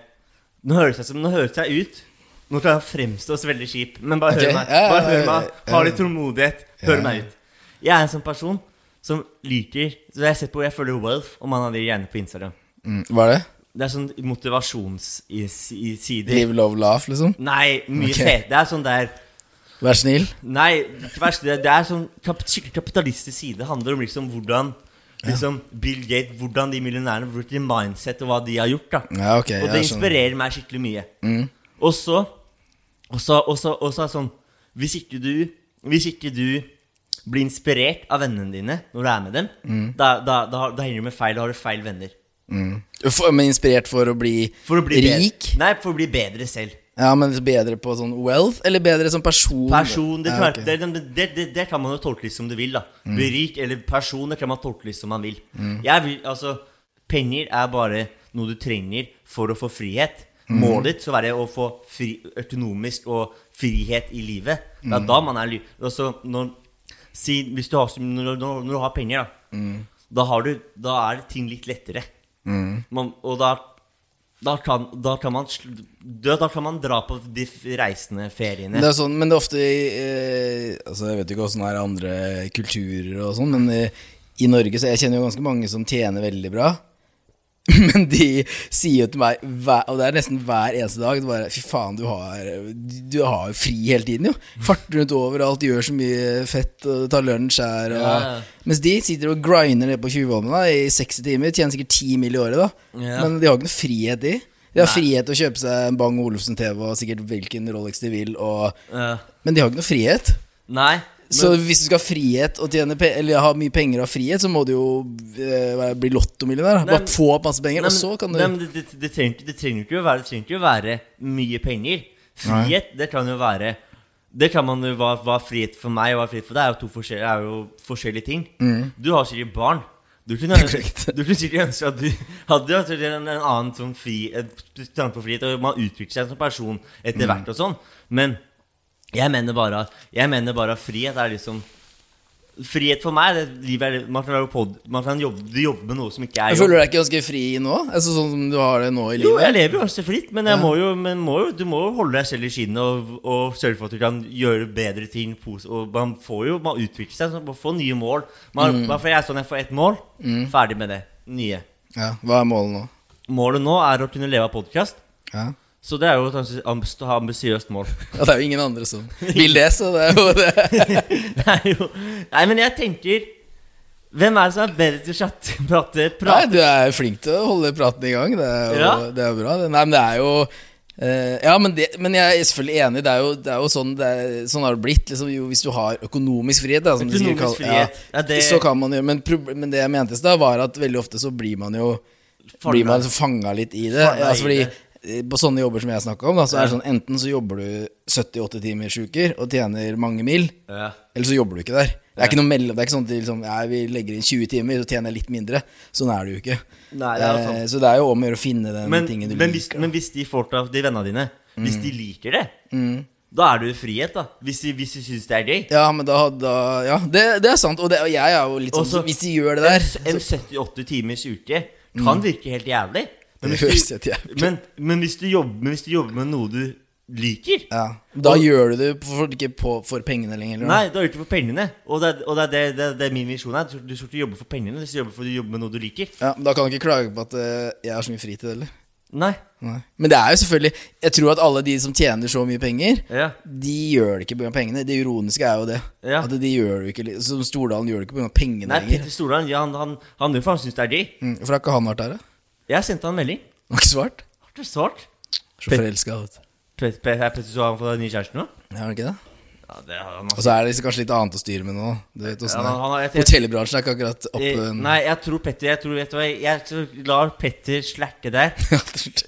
Nå høres jeg, som, nå høres jeg ut Nå skal jeg fremstås veldig kjip, men bare
Ok,
hør meg.
ja, ja,
Bare hør
ja,
meg.
ja.
Ha litt tålmodighet. Hør
Ja.
meg ut. Jeg er en sånn person som liker Så Jeg ser på, jeg følger Wealth, og man har det gjerne på Instagram.
mm, Hva er det?
Det er sånn motivasjonssider.
Live, love, laugh, liksom?
Nei, mye
Ok.
fet. Det er sånn der
Vær snill?
Nei, ikke verst. Det, det er sånn kap skikkelig kapitalistisk side. Det handler om liksom hvordan Liksom Bill Gates, hvordan de millionærene bruker sin mindset, og hva de har gjort. da
Ja, ok,
Og det
jeg skjønner.
inspirerer meg skikkelig mye.
Mm.
Og så Og så og så- og så er det sånn Hvis ikke du Hvis ikke du blir inspirert av vennene dine når du er med dem,
Mm.
da, da, da, da henger du med feil. Da har du feil venner.
Mm. For, men inspirert for å bli,
For å bli
rik?
Bedre, nei, for å bli bedre selv.
Ja, men bedre på sånn wealth, eller bedre som person?
Person, det,
Ja,
kan,
ok.
det, det- det, det, det kan man jo tolke litt som du vil. da
Mm.
Bli rik eller person, det kan man tolke litt som man vil.
Mm.
Jeg vil altså, penger er bare noe du trenger for å få frihet.
Mm.
Målet ditt skal være å få fri, økonomisk og frihet i livet. Det er
Mm.
da man er ly... Altså, når, si, hvis du har, når, når, når du har penger, da,
Mm.
da, har du, da er ting litt lettere.
Mm.
Man, og da, da, kan, da, kan man, sl- da, da kan man dra på de f- reisende feriene.
Det er sånn, men det er ofte i, eh, altså Jeg vet jo ikke åssen det er i andre kulturer og sånn, men eh, i Norge så Jeg kjenner jo ganske mange som tjener veldig bra. Men de sier jo til meg, hver, og det er nesten hver eneste dag det bare, Fy faen, du har Du har jo fri hele tiden, jo. Farter rundt overalt, gjør så mye fett, og tar lunsj her og
Ja, ja.
Mens de sitter og grinder det på Tjuvholmen da, i 60 timer. Tjener sikkert 10 mill. i året, da.
Ja.
Men de har ikke noe frihet, de. De har
Nei.
frihet til å kjøpe seg en Bang Olufsen-TV og sikkert hvilken Rolex de vil, og
Ja.
men de har ikke noe frihet.
Nei. Men,
Så hvis du skal ha frihet og tjene pe eller ha mye penger og ha frihet, så må du jo eh, være- bli lottomillionær. da.
Nei, men-
Bare få masse penger,
Nei,
og
men-
så kan du
Nei, men det, det, det, trenger, ikke- det, trenger ikke å være, det trenger ikke å være mye penger. Frihet, det kan jo være Det kan man jo hva, hva er frihet for meg, og hva er frihet for deg, er jo to forskjellige, er jo forskjellige ting.
Mm.
Du har sikkert barn. Du kunne, du kunne sikkert ønske at du hadde jo sikkert en, en annen sånn fri en tanke på frihet, og man utvikler seg som person etter
Mm.
hvert og sånn. Men jeg mener bare at Jeg mener bare at frihet er liksom Frihet for meg det, livet er, man kan, være på, man kan jobbe, du jobber med noe som ikke er
Men
jobb.
Føler du deg ikke ganske fri nå? Altså Sånn som du har det nå i
Jo,
livet?
jeg lever jo ganske fritt, men, jeg
Ja.
må jo, men må jo, du må jo holde deg selv i skinnet og, og sørge for at du kan gjøre bedre ting. pos- Og man får jo man utvikler seg, så man får nye mål. Man,
Mm.
Derfor jeg er sånn jeg får ett mål,
Mm.
ferdig med det. Nye.
Ja, Hva er målet nå?
Målet nå er å kunne leve av podkast.
Ja.
Så det er jo kanskje et ambisiøst mål.
ja, Det er jo ingen andre som vil det, så det er jo det.
det er jo Nei, men jeg tenker Hvem er det som er bedre til å chatte, prate,
Nei,
prate?
du er flink til å holde praten i gang. Det er jo,
Ja.
det er jo bra. det. Nei, men det er jo eh, ja, men, det, men jeg er selvfølgelig enig. Det er jo, det er jo sånn, det er, sånn har det blitt. Liksom, jo, hvis du har økonomisk frihet, da, som
Økonomisk
de sikkert kaller
frihet. Ja, det-
så kan man jo Men, prob- men det jeg mente i stad, var at veldig ofte så blir man jo
Fanget.
Blir man fanga litt i det.
Fanget
altså,
i
fordi
det.
eh, på sånne jobber som jeg snakka om, da, så er det
Ja.
sånn enten så jobber du 70-80 timers uker og tjener mange mil,
Ja.
eller så jobber du ikke der. Det
Ja.
er ikke noe mellom, det er ikke sånn at de liksom, ja, vi legger inn 20 timer, så tjener jeg litt mindre. Sånn er det jo ikke.
Nei, det er jo sant.
Eh, så det er jo om å gjøre å finne den
men,
tingen du
men, hvis,
liker.
men hvis de får ta de vennene dine, hvis de liker det,
Mm.
da er det jo frihet, da. Hvis de, hvis de syns det er gøy.
Ja, men da, da Ja, det, det er sant. Og, det, og jeg er jo litt sånn
Også-
Hvis de gjør det der
En, en 78 timers uke kan
Mm.
virke helt jævlig.
Det
hvis
høres
du-
helt jævlig.
men, men, hvis du jobber, men hvis du jobber med noe du liker
ja, Da
og-
gjør du det for, ikke på, for pengene lenger. da.
Nei, du har gjort det for pengene. Og det, er- og det, er det, det, er- det er min visjon her. Du skal- Du skal ikke jobbe for pengene, du skal jobbe for du jobber med noe du liker.
Ja, men Da kan du ikke klage på at eh, jeg har så mye fritid heller.
Nei.
Nei. Men det er jo selvfølgelig Jeg tror at alle de som tjener så mye penger,
Ja.
de gjør det ikke pga. pengene. Det ironiske er jo det.
Ja.
At de gjør det ikke li- Som Stordalen gjør det ikke pga. pengene
Nei,
lenger.
Petter Stordalen, ja, han, han, han gjør for han syns det er gøy.
Mm, for da har ikke han vært her, da?
Jeg sendte han en melding.
Han har ikke svart?
Har ikke svart.
Så forelska, vet du.
Pe- Pe- Er Petter Stordalen fått en ny kjæreste nå?
Ja, er det ikke det?
Ja, det har han altså.
Og så er det liksom kanskje litt annet å styre med nå. Du vet
Ja,
åssen
han- han har-
det
jeg-
er. Hotellbransjen er ikke akkurat opp
Eh,
en-
Nei, jeg tror Petter Jeg tror, vet du hva Jeg tror- lar Petter slacke der.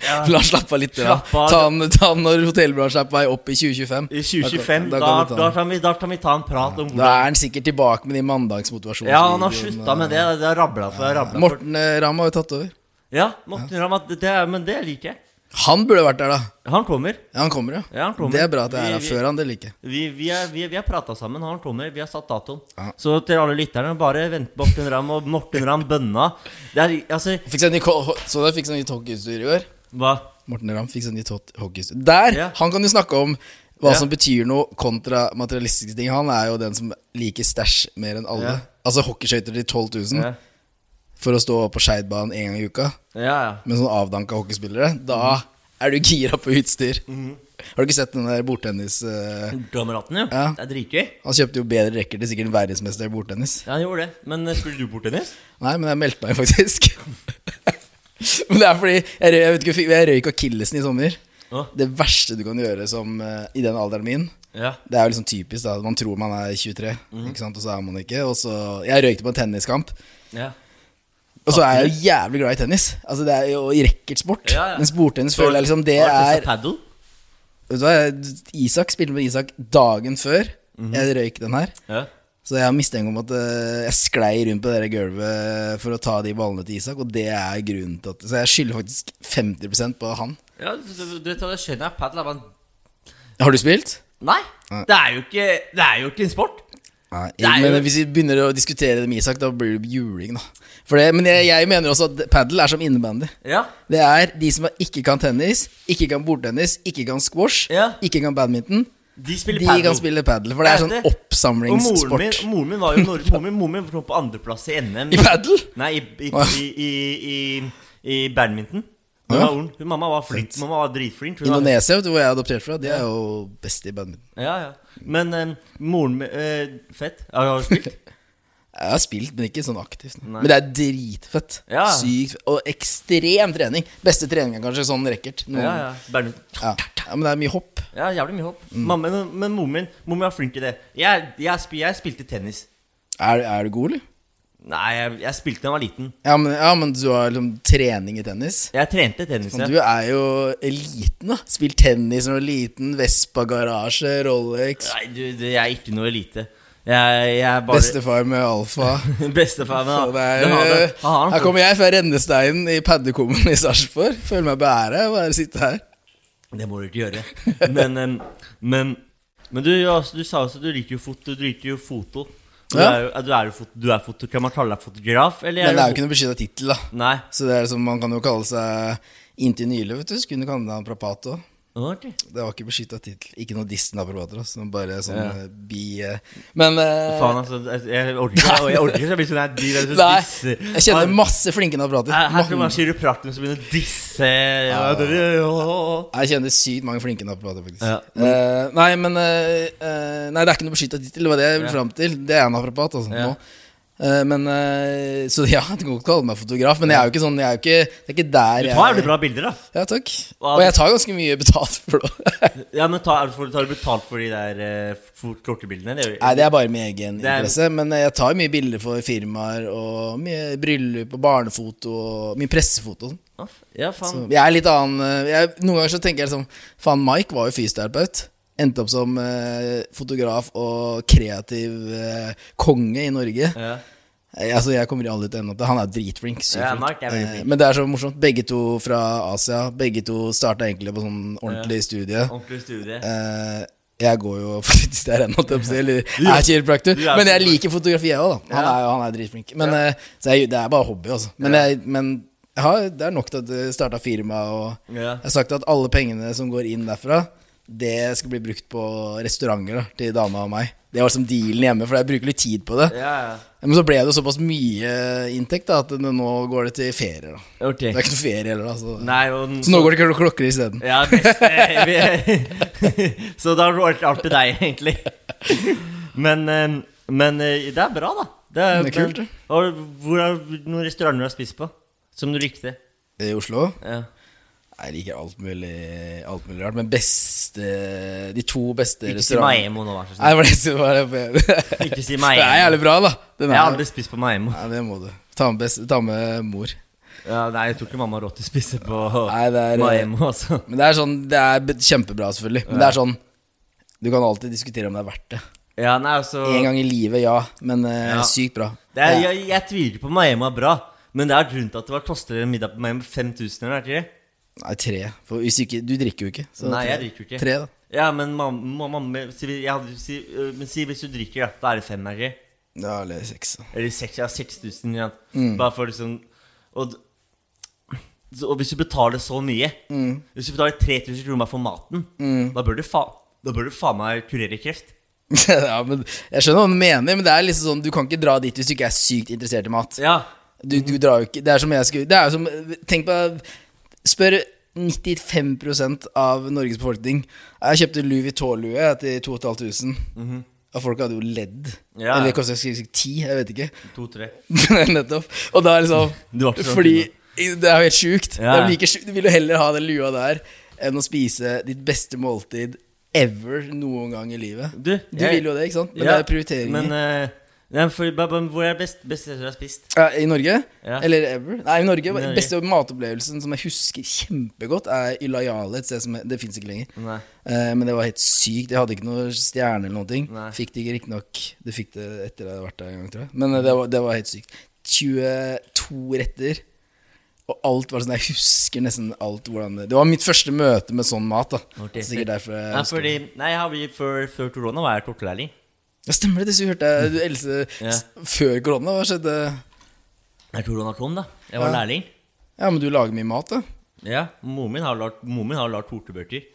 Ja.
La han slappe av litt. da.
Slapp av.
Ta han, ta han når hotellbransjen er på vei opp i 2025.
I 2025, da,
Da
da,
kan- da kan vi ta
kan vi, da kan vi ta en prat om
den. Da
hvordan
er han sikkert tilbake med de mandagsmotivasjonsvideoene.
Ja, han har slutta med det. Det har rabla for. det har rablet for.
Morten eh, Ramm har jo tatt over.
Ja, Morten Ramm, at det, det er- men det liker jeg.
Han burde vært der, da.
Han kommer.
Ja, han kommer, ja.
Ja, han kommer.
Det er bra at jeg er
Vi-
her
vi-
før han, det liker jeg.
Vi, vi, er, vi, vi har prata sammen, han kommer, vi har satt datoen. Så til alle lytterne, bare vent på Morten Ramm og Morten Ramm bønna. Det er, altså,
Fikk seg en ny ko- Så dere fikk seg nytt hockeyutstyr i går?
Hva?
Morten Ramm fikk seg nytt hot- hockeyutstyr. Der! Han kan jo snakke om hva
Ja.
som betyr noe kontra materialistiske ting. Han er jo den som liker stæsj mer enn alle.
Ja.
Altså hockeyskøyter til 12 000
Ja.
for å stå på Skeidbanen én gang i uka.
ja, ja.
Med sånne avdanka hockeyspillere. Da
Mhm.
er du gira på utstyr. Har du ikke sett den der bordtennis... eh,
Kameraten, jo.
Ja.
Det er dritgøy.
han kjøpte jo bedre racket til sikkert en verdensmester i bordtennis.
Ja, han gjorde det. Men eh, spiller du bordtennis?
Nei, men jeg meldte meg faktisk. men det er fordi jeg, røy- jeg, vet ikke, jeg røyk akillesen i sommer.
Å.
Det verste du kan gjøre som, eh, i den alderen min
Ja. Mhm.
Det er jo liksom typisk. da Man tror man er 23, ikke sant? og så er man ikke. Og så, jeg røykte på en tenniskamp.
Ja.
Og så er jeg jo jævlig glad i tennis. Altså Det er jo i racketsport.
Ah, Ja, ja.
Mens bordtennis føler jeg liksom det
Har du testet
er
paddle?
Vet du hva, jeg- Isak spilte med Isak dagen før
Mhm.
jeg røyk den her.
Ja.
Så jeg har mistenkt om at eh, jeg sklei rundt på det der gulvet for å ta de ballene til Isak, og det er grunnen til at Så jeg skylder faktisk 50 på han.
ja du, du, du, vet hva, det skjønner jeg. Paddle er bare en
Har du spilt?
Nei! Det er jo ikke, det er jo ikke en sport.
Nei,
Det er jo-
men hvis vi begynner å diskutere det med Isak, da blir det juling, da. For det, men jeg, jeg mener også at padel er som innebandy.
Ja.
Det er de som ikke kan tennis, ikke kan bordtennis, ikke kan squash,
Ja.
ikke kan badminton.
De
De
spiller paddle.
kan spille padel, for det er
Jeg
sånn
vet det. Og moren
oppsamlingssport.
min, moren min var jo Nor moren min, moren min var på andreplass i NM.
I padel?
Nei, i, i,
Hva?
i, i, i, i badminton.
Å
Hun
ja.
var ung. Hun mamma var flink. Mamma var dritflink. Hun var-
Indonesia, vet du, hvor jeg er adoptert fra, de er jo best i badminton.
Ja, ja. Men eh, moren min eh, Fett. Har har du spilt?
Jeg har spilt, men ikke sånn aktivt.
Nei.
Men det er dritfett.
Ja.
Sykt fett. Og ekstrem trening. Beste treninga, kanskje, sånn racket. Noen-
Ja, ja. Badminton.
Ja. Mm. Ja, Men det er mye hopp.
Ja, jævlig mye hopp. Mamma, men, men moren min moren min var flink i det. Jeg, jeg, spi- jeg spilte tennis.
Er, er du god, eller?
Nei, jeg, jeg spilte da jeg var liten.
Ja, men, ja, men du har liksom trening i tennis.
Jeg trente tennis.
Men
ja.
du er jo eliten, da. Spilt tennis når du var liten. Vespa garasje, Rolex.
Nei, du, du, jeg er ikke noe elite. Jeg, jeg er bare
Bestefar med alfa.
Bestefar. Men
Så
han,
det er,
den har det. Han har den
her
for-
kommer jeg fra rennesteinen i Paddekommen i Sarpsborg. Føler meg beæra av å bare sitte her.
Det må du ikke gjøre. Men, em, men, men du, altså, du sa også du liker jo foto. Du liker jo foto. Du
Ja.
er jo, du er jo foto, du er foto Kan man kalle deg fotograf? Eller
Men det er jo
du-
ikke noe beskytta tittel, da.
Nei.
Så det er som man kan jo kalle seg Inntil nylig, vet du, så kunne du kalle deg Prapato.
Ok.
Det var ikke beskytta tittel. Ikke noe disten av Prapato, altså. men bare sånn eh, bi... eh, Men eh,
Faen, altså. jeg- Jeg orker ikke Jeg orker ikke så mye sånn her de der som
Nei,
disser.
jeg kjenner
Han-
masse flinke naprater.
Her her skal man
Mange-
være kiropraktor som begynner å disse ja, dere- ja.
Jeg kjenner sykt mange flinke naprater, faktisk.
Ja.
Eh, nei, men eh, eh, Nei, det er ikke noe beskytta tittel, det var det jeg ville fram til. Det er en naprapat, altså.
Ja.
Nå. Eh, men eh, Så ja, du kan godt kalle meg fotograf, men jeg er jo ikke sånn Jeg er jo ikke, det er ikke der
Du tar jævlig bra bilder, da.
Ja, takk.
Hva-
Og jeg tar ganske mye betalt for det.
Ja, men ta- er du for- Tar du betalt for de der uh, korte bildene? Det, gjør-
Nei, det er bare min egen
Det er-
interesse. Men jeg tar mye bilder for firmaer, og mye bryllup og barnefoto, og mye pressefoto. og sånn.
Ja,
Så
faen.
jeg er litt annen eh, jeg, Noen ganger så tenker jeg liksom Faen, Mike var jo fysioterapeut. Endte opp som eh, fotograf og kreativ eh, konge i Norge.
Ja.
Eh, Altså, jeg kommer aldri til å ende opp der. Han er dritflink. Sykt
Ja,
flink.
Mark er veldig
Eh,
flink.
Men det er så morsomt. Begge to fra Asia. Begge to starta egentlig på sånn ordentlig studie.
Ordentlig studie.
Eh, jeg går jo faktisk der ennå, holdt jeg på å si, eller jeg er kiropraktor.
Du er
Men jeg
kiropraktor.
liker fotografi, jeg òg, da. Han
Ja.
er, jo- han er dritflink. Men eh, så jeg, det er bare hobby, altså. Men, jeg, men jeg har, det er nok til at jeg starta firma, og
Ja.
jeg har sagt at alle pengene som går inn derfra, det skal bli brukt på restauranter da, til dama og meg. Det var liksom dealen hjemme, for jeg bruker litt tid på det.
Ja, ja.
Men så ble det jo såpass mye inntekt da, at det- nå går det til ferier. da
Ok.
Det er ikke noe ferie heller, da. Så,
Nei, og,
så nå går det til klokker isteden.
Ja, best eh, vi- Så da går det alt til deg, egentlig. Men, eh, men eh, det er bra, da.
Det er kult,
men-
det.
Og hvor er noen restauranter du har spist på som du likte?
I Oslo.
Ja.
Jeg liker alt mulig, alt mulig rart, men beste De to beste
Ikke si Maemo nå, vær så
Nei,
snill.
for det som var det
Ikke si Maemo.
Det er jævlig bra, da. Den
Jeg har
er,
aldri spist på Maemo.
Nei, det må du. Ta med, best, ta med mor.
Ja, nei, jeg tror ikke mamma har råd til å spise på
Nei, det er, eh,
Maemo, altså.
Men det er sånn Det er be- kjempebra, selvfølgelig. Men det er sånn Du kan alltid diskutere om det er verdt det.
Ja, nei, altså
En gang i livet, ja. Men eh,
Ja.
sykt bra.
det er,
Ja.
jeg, jeg tviler ikke på Maemo er bra, men det er grunnen til at det var koster en middag på Maemo 5000, eller er det ikke det?
Nei, tre. For hvis ikke, du drikker jo ikke. så
Nei,
tre.
jeg drikker jo ikke.
Tre, da.
Ja, men mamma, mamma si, vi- jeg hadde, si, øh, men si hvis du drikker, ja, da er det fem, ikke?
Ja, eller seks.
Eller seks, ja, 6000, ja.
Mm.
Bare for liksom og, d- så- og hvis du betaler så mye
Mm.
Hvis du betaler 3000 kroner for maten,
Mm.
da bør du fa- da bør du faen meg kurere kreft.
ja, men Jeg skjønner hva du mener, men det er liksom sånn du kan ikke dra dit hvis du ikke er sykt interessert i mat. Du, du drar jo ikke Det er som jeg skulle Det er jo som Tenk på Spør 95 av Norges befolkning. Jeg kjøpte Louis Vuitton-lue til 2500.
Mhm.
Og folk hadde jo ledd.
Ja.
Eller det kostet sikkert ti, jeg vet ikke.
To-tre.
Nettopp. Og da er liksom
Du var ikke så
Fordi det er jo helt sjukt.
Ja.
Det er jo like sjukt. Du vil jo heller ha den lua der enn å spise ditt beste måltid ever noen gang i livet.
Du, jeg-
vil jo det, ikke sant? Men
Ja,
det er prioriteringer.
Men, øh, nei, for, ba- ba- hvor er det best, beste du har spist?
Ja, I Norge?
Ja.
Eller ever? Nei, i Norge.
Norge.
Den beste matopplevelsen som jeg husker kjempegodt, er i Loyale, et sted som Det fins ikke lenger.
Nei.
Eh, men det var helt sykt. Jeg hadde ikke noe stjerne eller noen ting.
Nei.
Fikk det ikke riktignok. Du fikk det etter jeg hadde vært der en gang, tror jeg. Men eh, det var, det var helt sykt. 22 retter. Og alt var sånn Jeg husker nesten alt hvordan Det, det var mitt første møte med sånn mat, da.
Nordisk.
Sikkert derfor jeg
Nei,
husker
fordi, nei jeg har vi, før, før korona var jeg kokkelærling.
Ja, stemmer det. Du hørte jeg du, Else
Ja.
s- før korona. Hva skjedde?
Når korona kom, da. Jeg var
Ja.
lærling.
Ja, men du lager mye mat, da.
Ja, Moren min har lagd moren min har lagd tortebøker.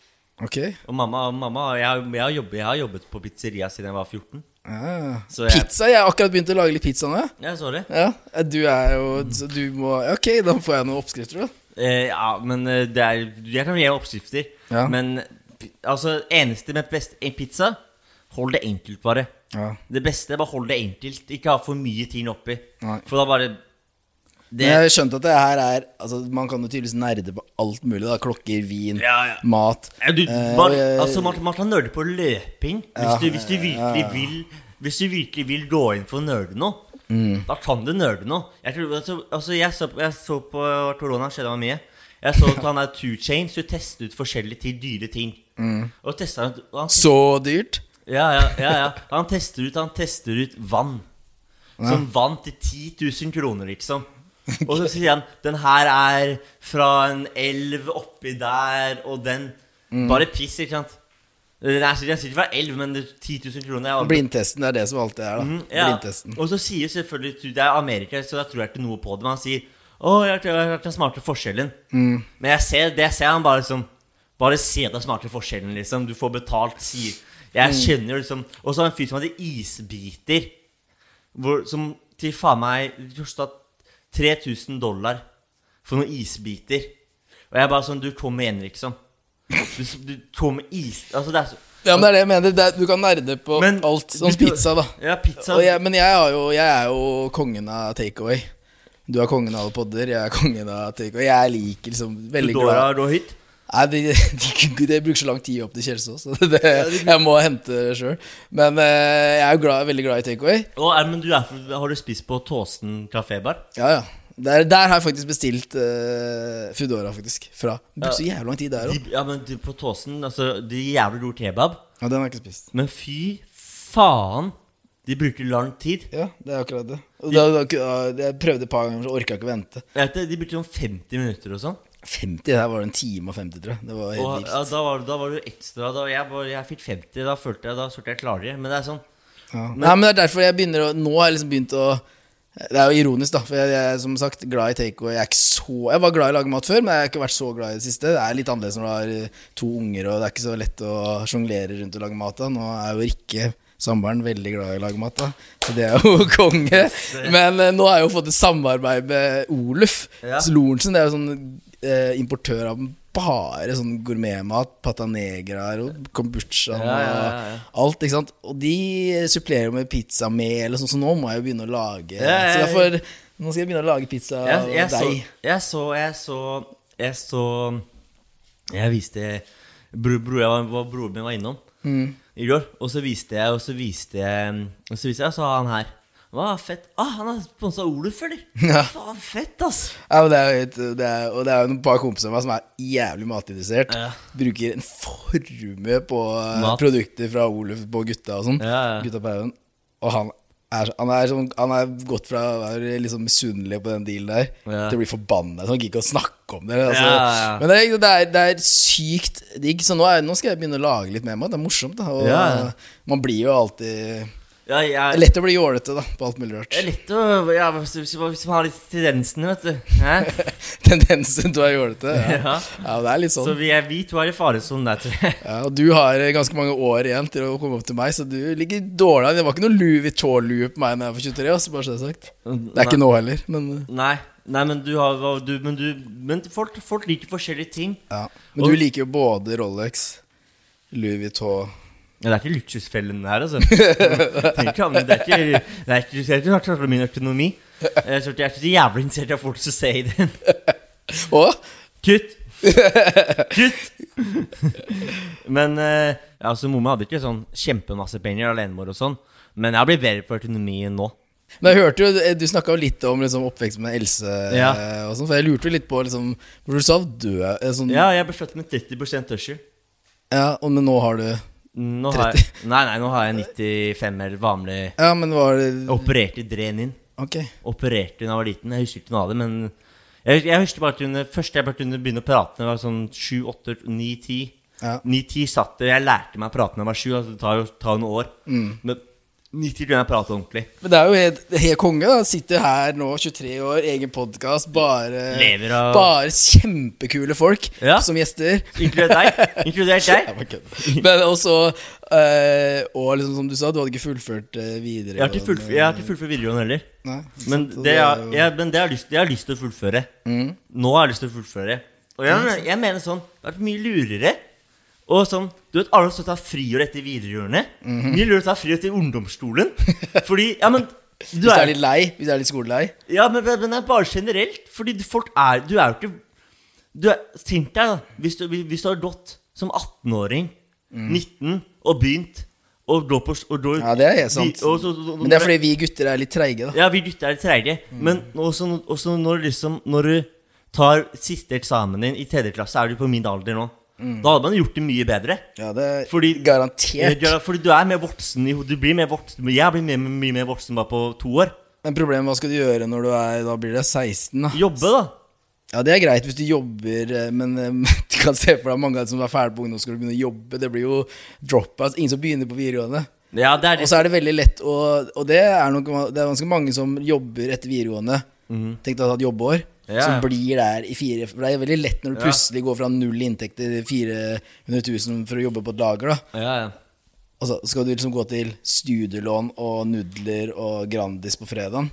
Ok.
Og mamma, mamma jeg, har- jeg, har jobbet, jeg har jobbet på pizzeria siden jeg var 14.
Ja.
Så jeg-
Pizza? Jeg har akkurat begynt å lage litt pizza nå. jeg.
Ja, så det.
Ja, Du er jo så Du må ja, Ok, da får jeg noen oppskrifter, da.
Eh, ja, men eh, det er, jeg kan gi oppskrifter.
Ja.
Men pi- altså, eneste med best, en pizza Hold det enkelt, bare.
Ja.
Det beste er bare hold det enkelt. Ikke ha for mye ting oppi.
Nei.
For da bare
Men jeg skjønte at det her er Altså, Man kan jo tydeligvis nerde på alt mulig. da Klokker, vin,
Ja, ja.
mat
Ja, du,
Eh,
man,
og jeg-
altså, man, man kan nøle på løping hvis,
Ja,
du, hvis, du virkelig
ja, ja.
vil, hvis du virkelig vil gå inn for å nøle noe.
Mm.
Da kan du nøle noe. Jeg, tror, altså, altså, jeg, så, jeg så på Corona skjedde meg mye. Jeg så at han er two chain, så testet ut forskjellige ting, dyre ting.
Mm.
Og testa han, og han
Så dyrt?
ja, ja, ja, ja. Han tester ut, han tester ut vann.
Ja.
Som vann til 10 000 kroner, liksom. Og så sier han den her er fra en elv oppi der, og den
Mm.
Bare piss, ikke sant? Den er sikkert den er sikkert fra elv, men det- 10 000 kroner er
Blindtesten, det er det som alltid er, da.
Mhm, ja.
Blindtesten.
Og så sier selvfølgelig Det er Amerika, så jeg tror jeg ikke noe på det. Men han sier Å, jeg har hørt den smarte forskjellen.
Mm.
Men jeg ser det jeg ser han bare liksom Bare se den smarte forskjellen, liksom. Du får betalt, sier Jeg
Mm.
kjenner jo liksom Og så har jeg en fyr som hadde isbiter, hvor, som til faen meg det kosta 3000 dollar for noen isbiter. Og jeg bare sånn Du kom igjen, liksom. Du, du kom med is... Altså, det er så
Ja, men det er det jeg mener. Det er, du kan nerde på alt. Som
du-
pizza, da.
Ja, pizza.
Og jeg, men jeg, har jo, jeg er jo kongen av takeaway. Du er kongen av alle podder, jeg er kongen av takeaway. Jeg liker liksom veldig
Dora
glad
rå hit?
Nei, det de, det bruker så lang tid opp til Kjelsås, så det, jeg må hente det sjøl. Men eh, jeg er jo glad, veldig glad i takeaway.
Å, er, men du er, fra- Har du spist på Tåsen kafébar?
Ja, ja. Der, der har jeg faktisk bestilt uh, Foodora, faktisk. Fra. Det Brukte så jævlig lang tid der òg.
De- Ja, men de, på Tåsen altså, De jævlig god kebab.
Ja, den har jeg ikke spist.
Men fy faen, de bruker lang tid.
Ja, det er akkurat det. Og da, da, da- jeg prøvde et par ganger, så orka jeg ikke vente.
Vet du, De brukte sånn 50 minutter og sånn.
50, der var det en time og 50, tror jeg. Det var helt
Og
vilt.
ja, da, var, da var du ekstra da, Jeg, var- jeg fikk 50, da følte jeg da følte jeg klarere. Men det er sånn
Ja.
Men-
Nei, men det er derfor jeg begynner å Nå har jeg liksom begynt å Det er jo ironisk, da. For jeg, jeg er som sagt glad i takeaway. Jeg er ikke så Jeg var glad i å lage mat før, men jeg har ikke vært så glad i det siste. Det er litt annerledes når du har eh, to unger, og det er ikke så lett å sjonglere rundt og lage mat da. Nå er jo Rikke Samboeren veldig glad i å lage mat, da. Så det er jo konge. Men eh, nå har jeg jo fått et samarbeid med Oluf
Ja.
Lorentzen. Det er jo sånn eh, importør av bare sånn gourmetmat. Patanegraer og kombucha
Ja, ja, ja, ja.
og alt, ikke sant. Og de supplerer jo med pizzamel og sånn, så nå må jeg jo begynne å lage.
Ja, ja, ja.
Så derfor Nå skal jeg begynne å lage pizza av
jeg, jeg, så,
deg.
jeg så Jeg så Jeg så Jeg viste bro, bro, jeg var, var, Broren min var innom
Mm.
i går, og så viste jeg Og så viste jeg Og så viste jeg, og så har han her. Hva fett ah, Han har sponsa Oluf, eller?
Ja.
Faen, fett, ass!
Ja, men det er, jo helt- det er, og det er jo et par kompiser av meg som er jævlig matinteressert. Bruker en formue på eh,
Mat.
produkter fra Oluf på gutta og sånn.
Ja, ja.
Gutta på haugen. Og han er, han, er sånn, han er gått fra å være liksom misunnelig på den dealen der
Ja.
til å bli forbanna. Så han gidder ikke å snakke om det. Altså.
Ja, ja.
Men det er, det, er, det er sykt digg. Så nå, er, nå skal jeg begynne å lage litt med meg. Det er morsomt. Da. Og
Ja.
man blir jo alltid
Ja,
Det
jeg
er lett å bli jålete da, på alt mulig rart.
Det er lett å ja, hvis, hvis, hvis man har litt tendensene, vet du. Hæ?
Tendensen til å være jålete. Ja.
Ja.
ja, det er litt
Så
sånn.
vi, er, vi to er i faresonen der, tror jeg.
Ja, og du har eh, ganske mange år igjen til å komme opp til meg, så du ligger dårlig an. Det var ikke noe Louis Vuitton-lue på meg da jeg var 23. Altså, bare så det er sagt.
Mm,
Det er ikke nå heller, men eh,
Nei, nei men, du har, hva- du, men, du, men folk, folk liker forskjellige ting.
ja. Men du liker jo både Rolex, Louis Vuitton
Ja, det er ikke luksusfellen her, altså. Tenk, ja, men det er ikke Det er ikke, det er ikke hardt for min økonomi. Jeg er ikke- jeg er ikke så jævlig interessert i at folk som ser i den.
Og
Kutt! Kutt! Men eh, altså, mamma hadde ikke sånn kjempemasse penger, alenemor og sånn. Men jeg blir bedre på økonomien nå.
Men jeg hørte jo, eh, Du snakka litt om liksom, oppveksten med Else,
Ja.
eh, og sånn, for jeg lurte jo litt på liksom, For du sa død eh, sånn,
Ja, jeg ble født med 30 tørster.
ja, og, Men nå har du
Nå har jeg, nei, nei, nå har jeg 95 eller vanlig
Ja, men var det
Jeg Opererte drenin.
Ok.
Opererte da jeg var liten. Jeg husker ikke noe av det, men jeg, jeg husker bare at hun, Først jeg bare kunne begynne å prate når jeg var sånn 7, 8, 9, 10.
Ja.
9, 10 satt det. Jeg lærte meg å prate når jeg var 7. Altså, det tar jo tar jo noen år.
Mm.
Men 90 kunne jeg prate ordentlig.
Men det er jo helt, helt konge. da Sitter her nå, 23 år, egen podkast. Bare,
Lever av-
bare kjempekule folk
Ja.
som gjester.
Inkludert deg. Inkludert
Jeg
deg.
bare kødder. Men også eh, Og liksom som du sa, du hadde ikke fullført eh, videre.
Jeg har ikke fullført, jeg har ikke fullført videregående heller.
Nei, ikke
men,
sant, og
det
det er
jeg,
jo- Mm.
jeg, men det jeg har lyst, jeg har lyst til å fullføre. Nå har jeg lyst til å fullføre. Og jeg, jeg mener sånn Det har vært mye lurere. Og sånn, du vet, Alle som tar friår etter videregående.
Mhm.
Mye lurere å ta friår til ungdomsskolen. Fordi Ja, men du
Hvis du
er,
er litt lei, hvis du er litt skolelei.
ja, men, men det er bare generelt. Fordi du- folk er Du er jo ikke du er, Tenk deg, da. Hvis du, hvis du har gått som 18-åring, 19, og begynt å gå på og gå,
Mm. Ja, det er helt sant.
Vi- og så-
Men det er fordi vi gutter er litt treige, da.
Ja, vi gutter er litt treige. Men også, også når, liksom, når du tar siste eksamen din i tredje klasse, er du på min alder nå.
Mm.
Da hadde man gjort det mye bedre.
Ja, det er
Fordi-
garantert.
Ja, Fordi du er mer voksen i hodet. Du blir mer voksen. Jeg blir mer, mye mer voksen bare på to år.
Men problemet hva skal du gjøre når du er Da blir det 16, da?
Jobbe, da.
Ja, det er greit hvis du jobber, eh, men eh, du kan se for deg mange av de som er ferdig på ungdomsskolen, begynner å jobbe. Det blir jo dropouts. Ingen som begynner på videregående.
Ja, det er
Og så er det veldig lett å Og det er, nok, det er ganske mange som jobber etter videregående. Tenk deg å ha et jobbeår.
Mhm. Ja.
Som blir der i fire For det er veldig lett når du plutselig går fra null inntekt til 400 000 for å jobbe på et lager. da
Ja, ja.
Og så skal du liksom gå til studielån og nudler og Grandis på fredagen.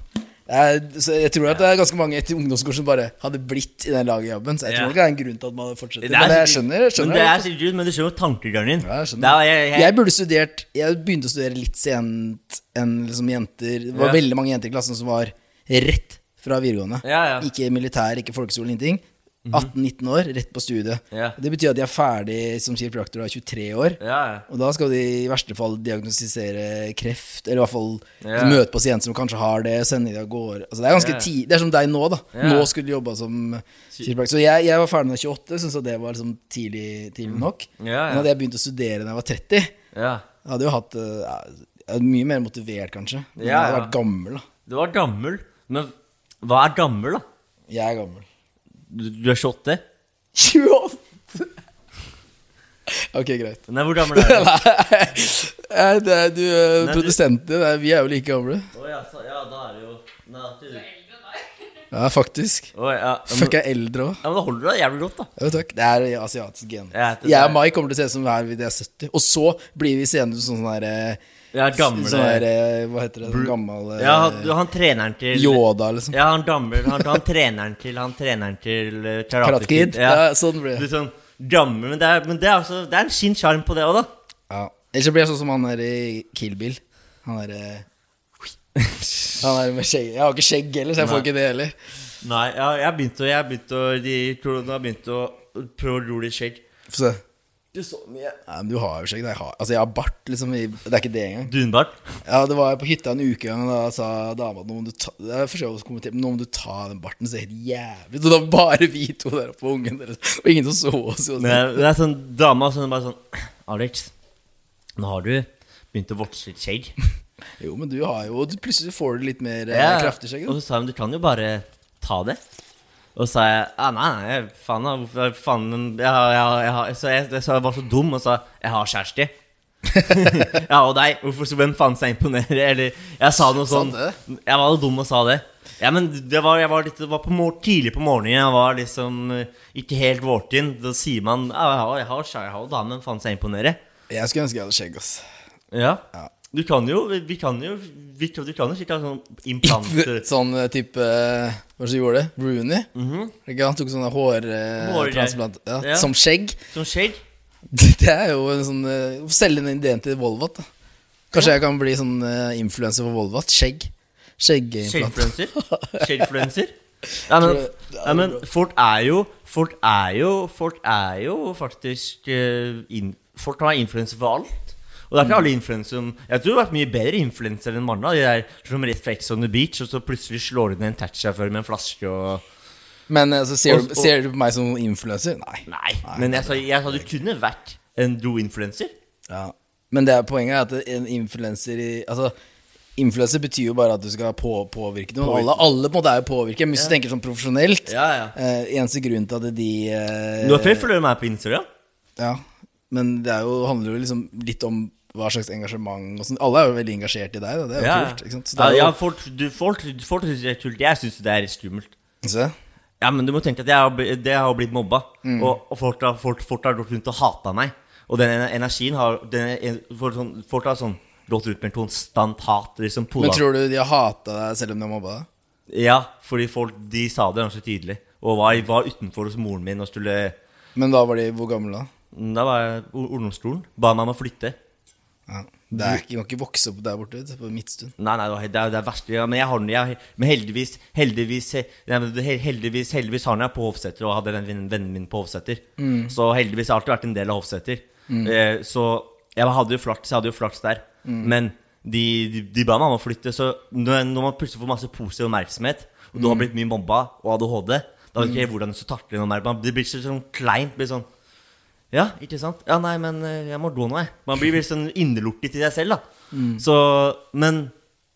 Jeg, så jeg tror at det er ganske mange etter ungdomsskolen som bare hadde blitt i den lagerjobben. Så jeg
Ja.
tror nok det er en grunn til at man fortsetter.
Det er
Men jeg
sikkert-
skjønner. Jeg
men
skjønner.
det er
godt.
sikkert, men du skjønner tankegangen din.
Ja, jeg skjønner.
Det er- jeg, jeg,
jeg burde studert Jeg begynte å studere litt sent enn liksom jenter. Det var
Ja.
veldig mange jenter i klassen som var rett fra videregående.
Ja, ja.
Ikke militær, ikke folkeskole, ingenting. 18-19 år, rett på studiet.
Ja.
Det betyr at de er ferdig som kiropraktor og er 23 år.
ja, ja.
Og da skal de i verste fall diagnostisere kreft, eller i hvert fall
Ja.
møte pasienter som kanskje har det, sende de av gårde. Altså, det er ganske
Ja.
ti Det er som deg nå, da.
Ja.
Nå skulle du jobba som kiropraktor. Så jeg, jeg var ferdig da jeg var 28, syntes at det var liksom tidlig, tidlig nok.
Ja, ja.
Men hadde jeg begynt å studere da jeg var 30,
ja.
hadde jeg jo hatt eh, ja, jeg hadde Mye mer motivert, kanskje. Men
Ja,
jeg hadde
ja.
vært gammel, da.
Du var gammel. Men hva er gammel, da?
Jeg er gammel.
Du, du er 28?
28! ok, greit.
Nei, hvor gammel er du?
Eh, Det er, du, eh,
Nei, du-
produsenten din, eh, vi er jo like gamle.
Å, ja, så- ja, da er det jo Nei, at du Å,
Ja, faktisk.
ja. ja, Men,
Fuck, jeg er eldre òg.
ja, men da holder du deg jævlig godt, da.
Jo, takk. Det er asiatisk gen.
Jeg heter-
Jeg og Mai kommer til å se ut som hver vi er 70. Og så blir vi seende som sånn der
Jeg er gammel.
Sånn der, eh, Hva heter det? Sånn gammel eh,
ja, han, du- han treneren til
Yoda, liksom.
Ja, han gammel han, han treneren til Han treneren til eh, Karate
Karate Kid.
Kid.
Ja, sånn blir det.
Du er sånn gammel, men det er, men det er, altså, det er en sin sjarm på det òg, da.
Ja. Eller så blir jeg sånn som han der i Kill Bill. Han der eh, Han der med skjegg. Jeg har ikke skjegg heller, så jeg får ikke det heller.
Nei, ja, jeg begynte å Jeg begynte å De korona begynte å prøve å ro litt skjegg.
Få se.
Du så mye
Nei, men du har jo skjegg. da. Jeg har, altså, jeg har bart, liksom. I, det er ikke det engang.
Dunbart.
Ja, det var på hytta en uke gang, og da sa dama at nå må du ta Det er forskjellig å kommentere, men nå må du ta den barten, så er det helt jævlig. Så da var bare vi to der oppe og ungen deres, og ingen som så oss. Og sånn.
Men jeg- det er sånn dama som bare sånn Alex, nå har du begynt å vokse litt skjegg.
Jo, men du har jo du Plutselig får du litt mer eh,
Ja,
kraftig skjegg.
Og så sa hun du kan jo bare ta det. Og så sa jeg ah, nei, nei, jeg- faen, da, hvorfor faen men jeg, har- jeg, har- jeg, har-" Så jeg, så jeg var så dum og sa jeg har kjæreste. ja, og deg. Hvorfor, så hvem faen skal jeg imponere? Eller jeg sa noe
Sa
sånn Jeg var jo dum og sa det. Ja, men det var, jeg var, litt, det var på mor tidlig på morgenen. Jeg var liksom eh, ikke helt vårtinn. Da sier man ja, jeg har, jeg har, kjære- jeg har jo dame, men faen skal jeg imponere?
Jeg skulle ønske jeg hadde skjegg, ass.
Ja. Du kan jo Vi vi kan jo vi, Du kan jo sikkert ha sånn implanter
Sånn eh, type eh, Hva var det som gjorde det? Rooney? Ikke Han tok sånne
Hår-
hårtransplant ja,
Mhm. Ja.
Som skjegg.
Som sånn skjegg?
Det er jo en sånn eh, Selge den ideen til Volvat. da Kanskje jeg kan bli sånn eh, influenser for Volvat? Skjegg. Skjeggimplant.
Skjeggfluenser? Skjeggfluenser? Nei, men,
Tror jeg-
nei, men folk er jo Folk er jo Folk er jo faktisk eh, in, Folk kan være influensere for alt. Og det er ikke
Mm.
alle influensere som Jeg tror det har vært mye bedre influensere enn mange. av De der som rett fra Ex on the Beach, og så plutselig slår de ned en taxisjåfør med en flaske og
Men eh, så ser,
Og-
du,
og-
ser du på meg som influenser? Nei.
Nei. Men jeg sa, jeg sa du kunne vært en do influenser.
Ja. Men det er poenget er at en influenser i- Altså Influenser betyr jo bare at du skal på, påvirke noen. Alle, alle på en måte er jo påvirket. Men hvis du tenker sånn profesjonelt
Ja, ja.
eh, Eneste grunn til at de eh,
Du har flere følgere enn meg på Instagram.
Ja, men det er jo, handler jo liksom litt om hva slags engasjement og sånn. Alle er jo veldig engasjert i deg, da. Det er jo
Ja.
kult. ikke sant? Så
Ja,
det er jo,
ja, folk, du, folk, folk synes det er kult. Jeg syns det er skummelt.
Se.
Ja, men du må tenke at jeg har, bli- det har blitt mobba.
Mm.
Og, og folk, har, folk, folk har gått rundt og hata meg. Og den ener- energien har den, en- folk, sånn, folk har sånn gått rundt med konstant hat. Liksom,
Men tror du de har hata deg selv om de har mobba deg?
Ja, fordi folk de sa det ganske tydelig. Og var, var utenfor hos moren min og skulle
Men da var de hvor gamle da?
Da var jeg i ungdomsskolen. Ba meg om å flytte.
Ja. Det er ikke, de må ikke vokse opp der borte, vet du, på Midtstund.
Nei, nei, det er det, er- det er verste. Ja, men jeg har den, jeg, men heldigvis, heldigvis, he- nei, men he- heldigvis, heldigvis har den jeg på Hofseter, og hadde den vennen- vennen min på Hofseter.
Mm.
Så heldigvis har jeg alltid vært en del av Hofseter.
Mm.
Eh, så jeg hadde jo flaks, jeg hadde jo flaks der.
Mm.
Men de, de, de ba meg om å flytte, så når, når man plutselig får masse positiv oppmerksomhet, og du har
Mm.
blitt mye mobba og ADHD, da vet
Mm.
ikke jeg hvordan du skal takle noe mer. Man- Det blir så- sånn kleint. blir sånn ja, ikke sant? Ja, nei, men eh, jeg må gå nå, jeg. Man blir veldig sånn innelukket i seg selv, da.
Mm.
Så, men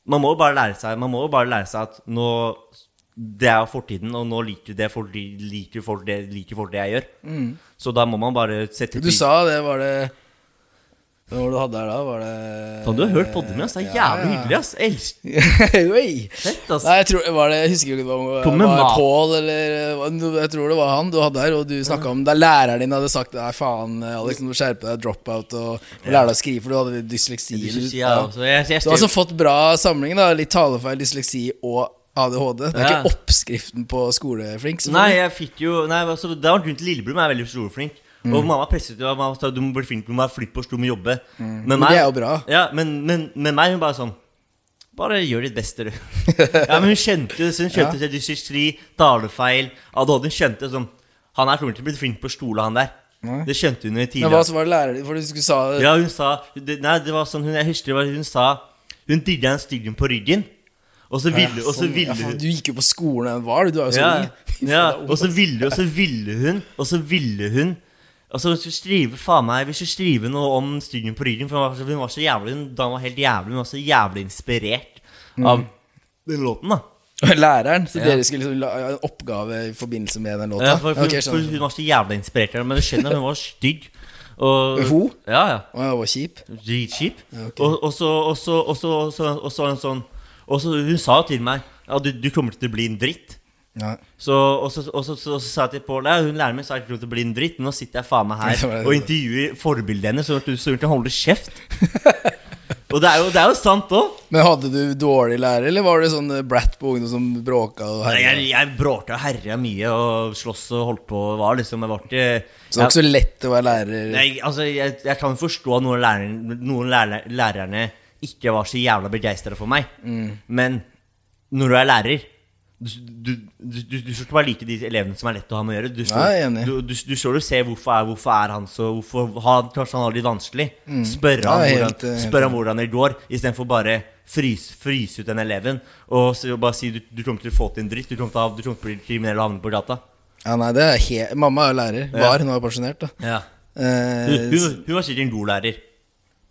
man må jo bare lære seg Man må jo bare lære seg at nå Det er jo fortiden, og nå liker det folk liker folk det, liker folk det jeg gjør.
Mm.
Så da må man bare sette
Du sa det, var det Hva var det du hadde her da? Var det
Faen, du har hørt podden min, ass. Det er jævlig hyggelig, ass.
Elsk. Oi.
ass.
Nei, jeg, tror, var det, jeg husker ikke om det var,
Kom med
var
mat.
Pål eller hva- no- Jeg tror det var han du hadde her, og du snakka om da læreren din hadde sagt Nei, faen, Alex, nå må du skjerpe deg, drop out, og må lære deg å skrive, for du hadde dysleksi.
Dysleksi,
eller-
ja, så jeg- jeg
du har
skrev-
altså fått bra samling, da. Litt talefeil, dysleksi og ADHD. Det er
Ja.
ikke oppskriften på skoleflink. selvfølgelig.
Nei, jeg fikk jo Nei, altså, Det var grunnen til lillebror min er veldig skoleflink. Og
Mm.
mamma presset jo mamma sa, du må bli flink, du må være flink på skolen, du må jobbe.
Mm.
Men
Men
meg-
det er jo bra.
Ja, men, men, men meg, hun bare sånn Bare gjør ditt beste, du. ja, men hun kjente jo Hun
Ja.
kjente til dysestri, talefeil ADHD. Hun kjente sånn Han her kommer til å bli flink på skole, han der.
Nei.
Det skjønte hun jo tidligere.
Men hva så var det læreren din? For du skulle sa
Ja, hun sa det, Nei, det var sånn hun, Jeg husker det var hun sa Hun digga en styggen på ryggen. Og så
Ja,
ville, og så
sånn, ja,
ville
faen,
hun
Du gikk jo på skolen da den var, du. Du er jo så
ja,
ung.
ja, og så ville og så ville hun Og så ville hun Og så hvis du skriver faen meg Hvis du skriver noe om studien på ryggen For hun var, så- hun var så jævlig Hun da var helt jævlig Hun var så jævlig inspirert Av
Mm.
den låten da
Læreren. Så
Ja.
dere skulle liksom la ha en oppgave i forbindelse med den låta?
ja, for, for,
Ok,
for
skjønner.
hun var så jævlig inspirert av det, Men du skjønner hun var stygg og,
Hun?
Ja, ja
Å, jeg var kjip?
Dritkjip
ok.
Og og så Og så Og så Og så Og så en sånn Og så hun sa til meg Ja, du, du kommer til å bli en dritt
Ja.
Så, og, så, og, så, så, så sa jeg til Pål «Ja, Hun lærer meg snart til å bli en dritt, men nå sitter jeg faen meg her
Ja, det var-
og intervjuer forbildet hennes, sånn at hun- så hun kan holde kjeft. og det er jo, det er jo sant òg.
Men hadde du dårlig lærer, eller var du sånn eh, brat på ungdom som bråka og herja?
Jeg, jeg bråka og herja mye og sloss og holdt på. og Var liksom, jeg var ikke
Så det var ikke
jeg-
så lett å være lærer?
Nei, altså, jeg, jeg kan forstå at noen, lærere, noen lærere, lærerne ikke var så jævla begeistra for meg.
Mm.
Men når du er lærer Du, du, du, du, du skal ikke bare like de elevene som er lett å ha med å gjøre. Du skal,
Nei, jeg er enig.
du, du, du skal jo se hvorfor er, hvorfor er han så hvorfor, han, Kanskje han har det litt vanskelig.
Mm.
Spørre han,
Ja, helt,
hvordan,
eh, helt
spør han hvordan det går, istedenfor bare fryse, fryse ut den eleven og så bare si du, du kommer til å få til en dritt. Du kommer til å, ha- du kommer til å bli kriminell og havne på gata.
Ja, nei, det er he Mamma er jo lærer.
Ja.
Var, hun var pensjonert, da.
Ja.
Eh,
Hun, hun, hun var sikkert en god lærer.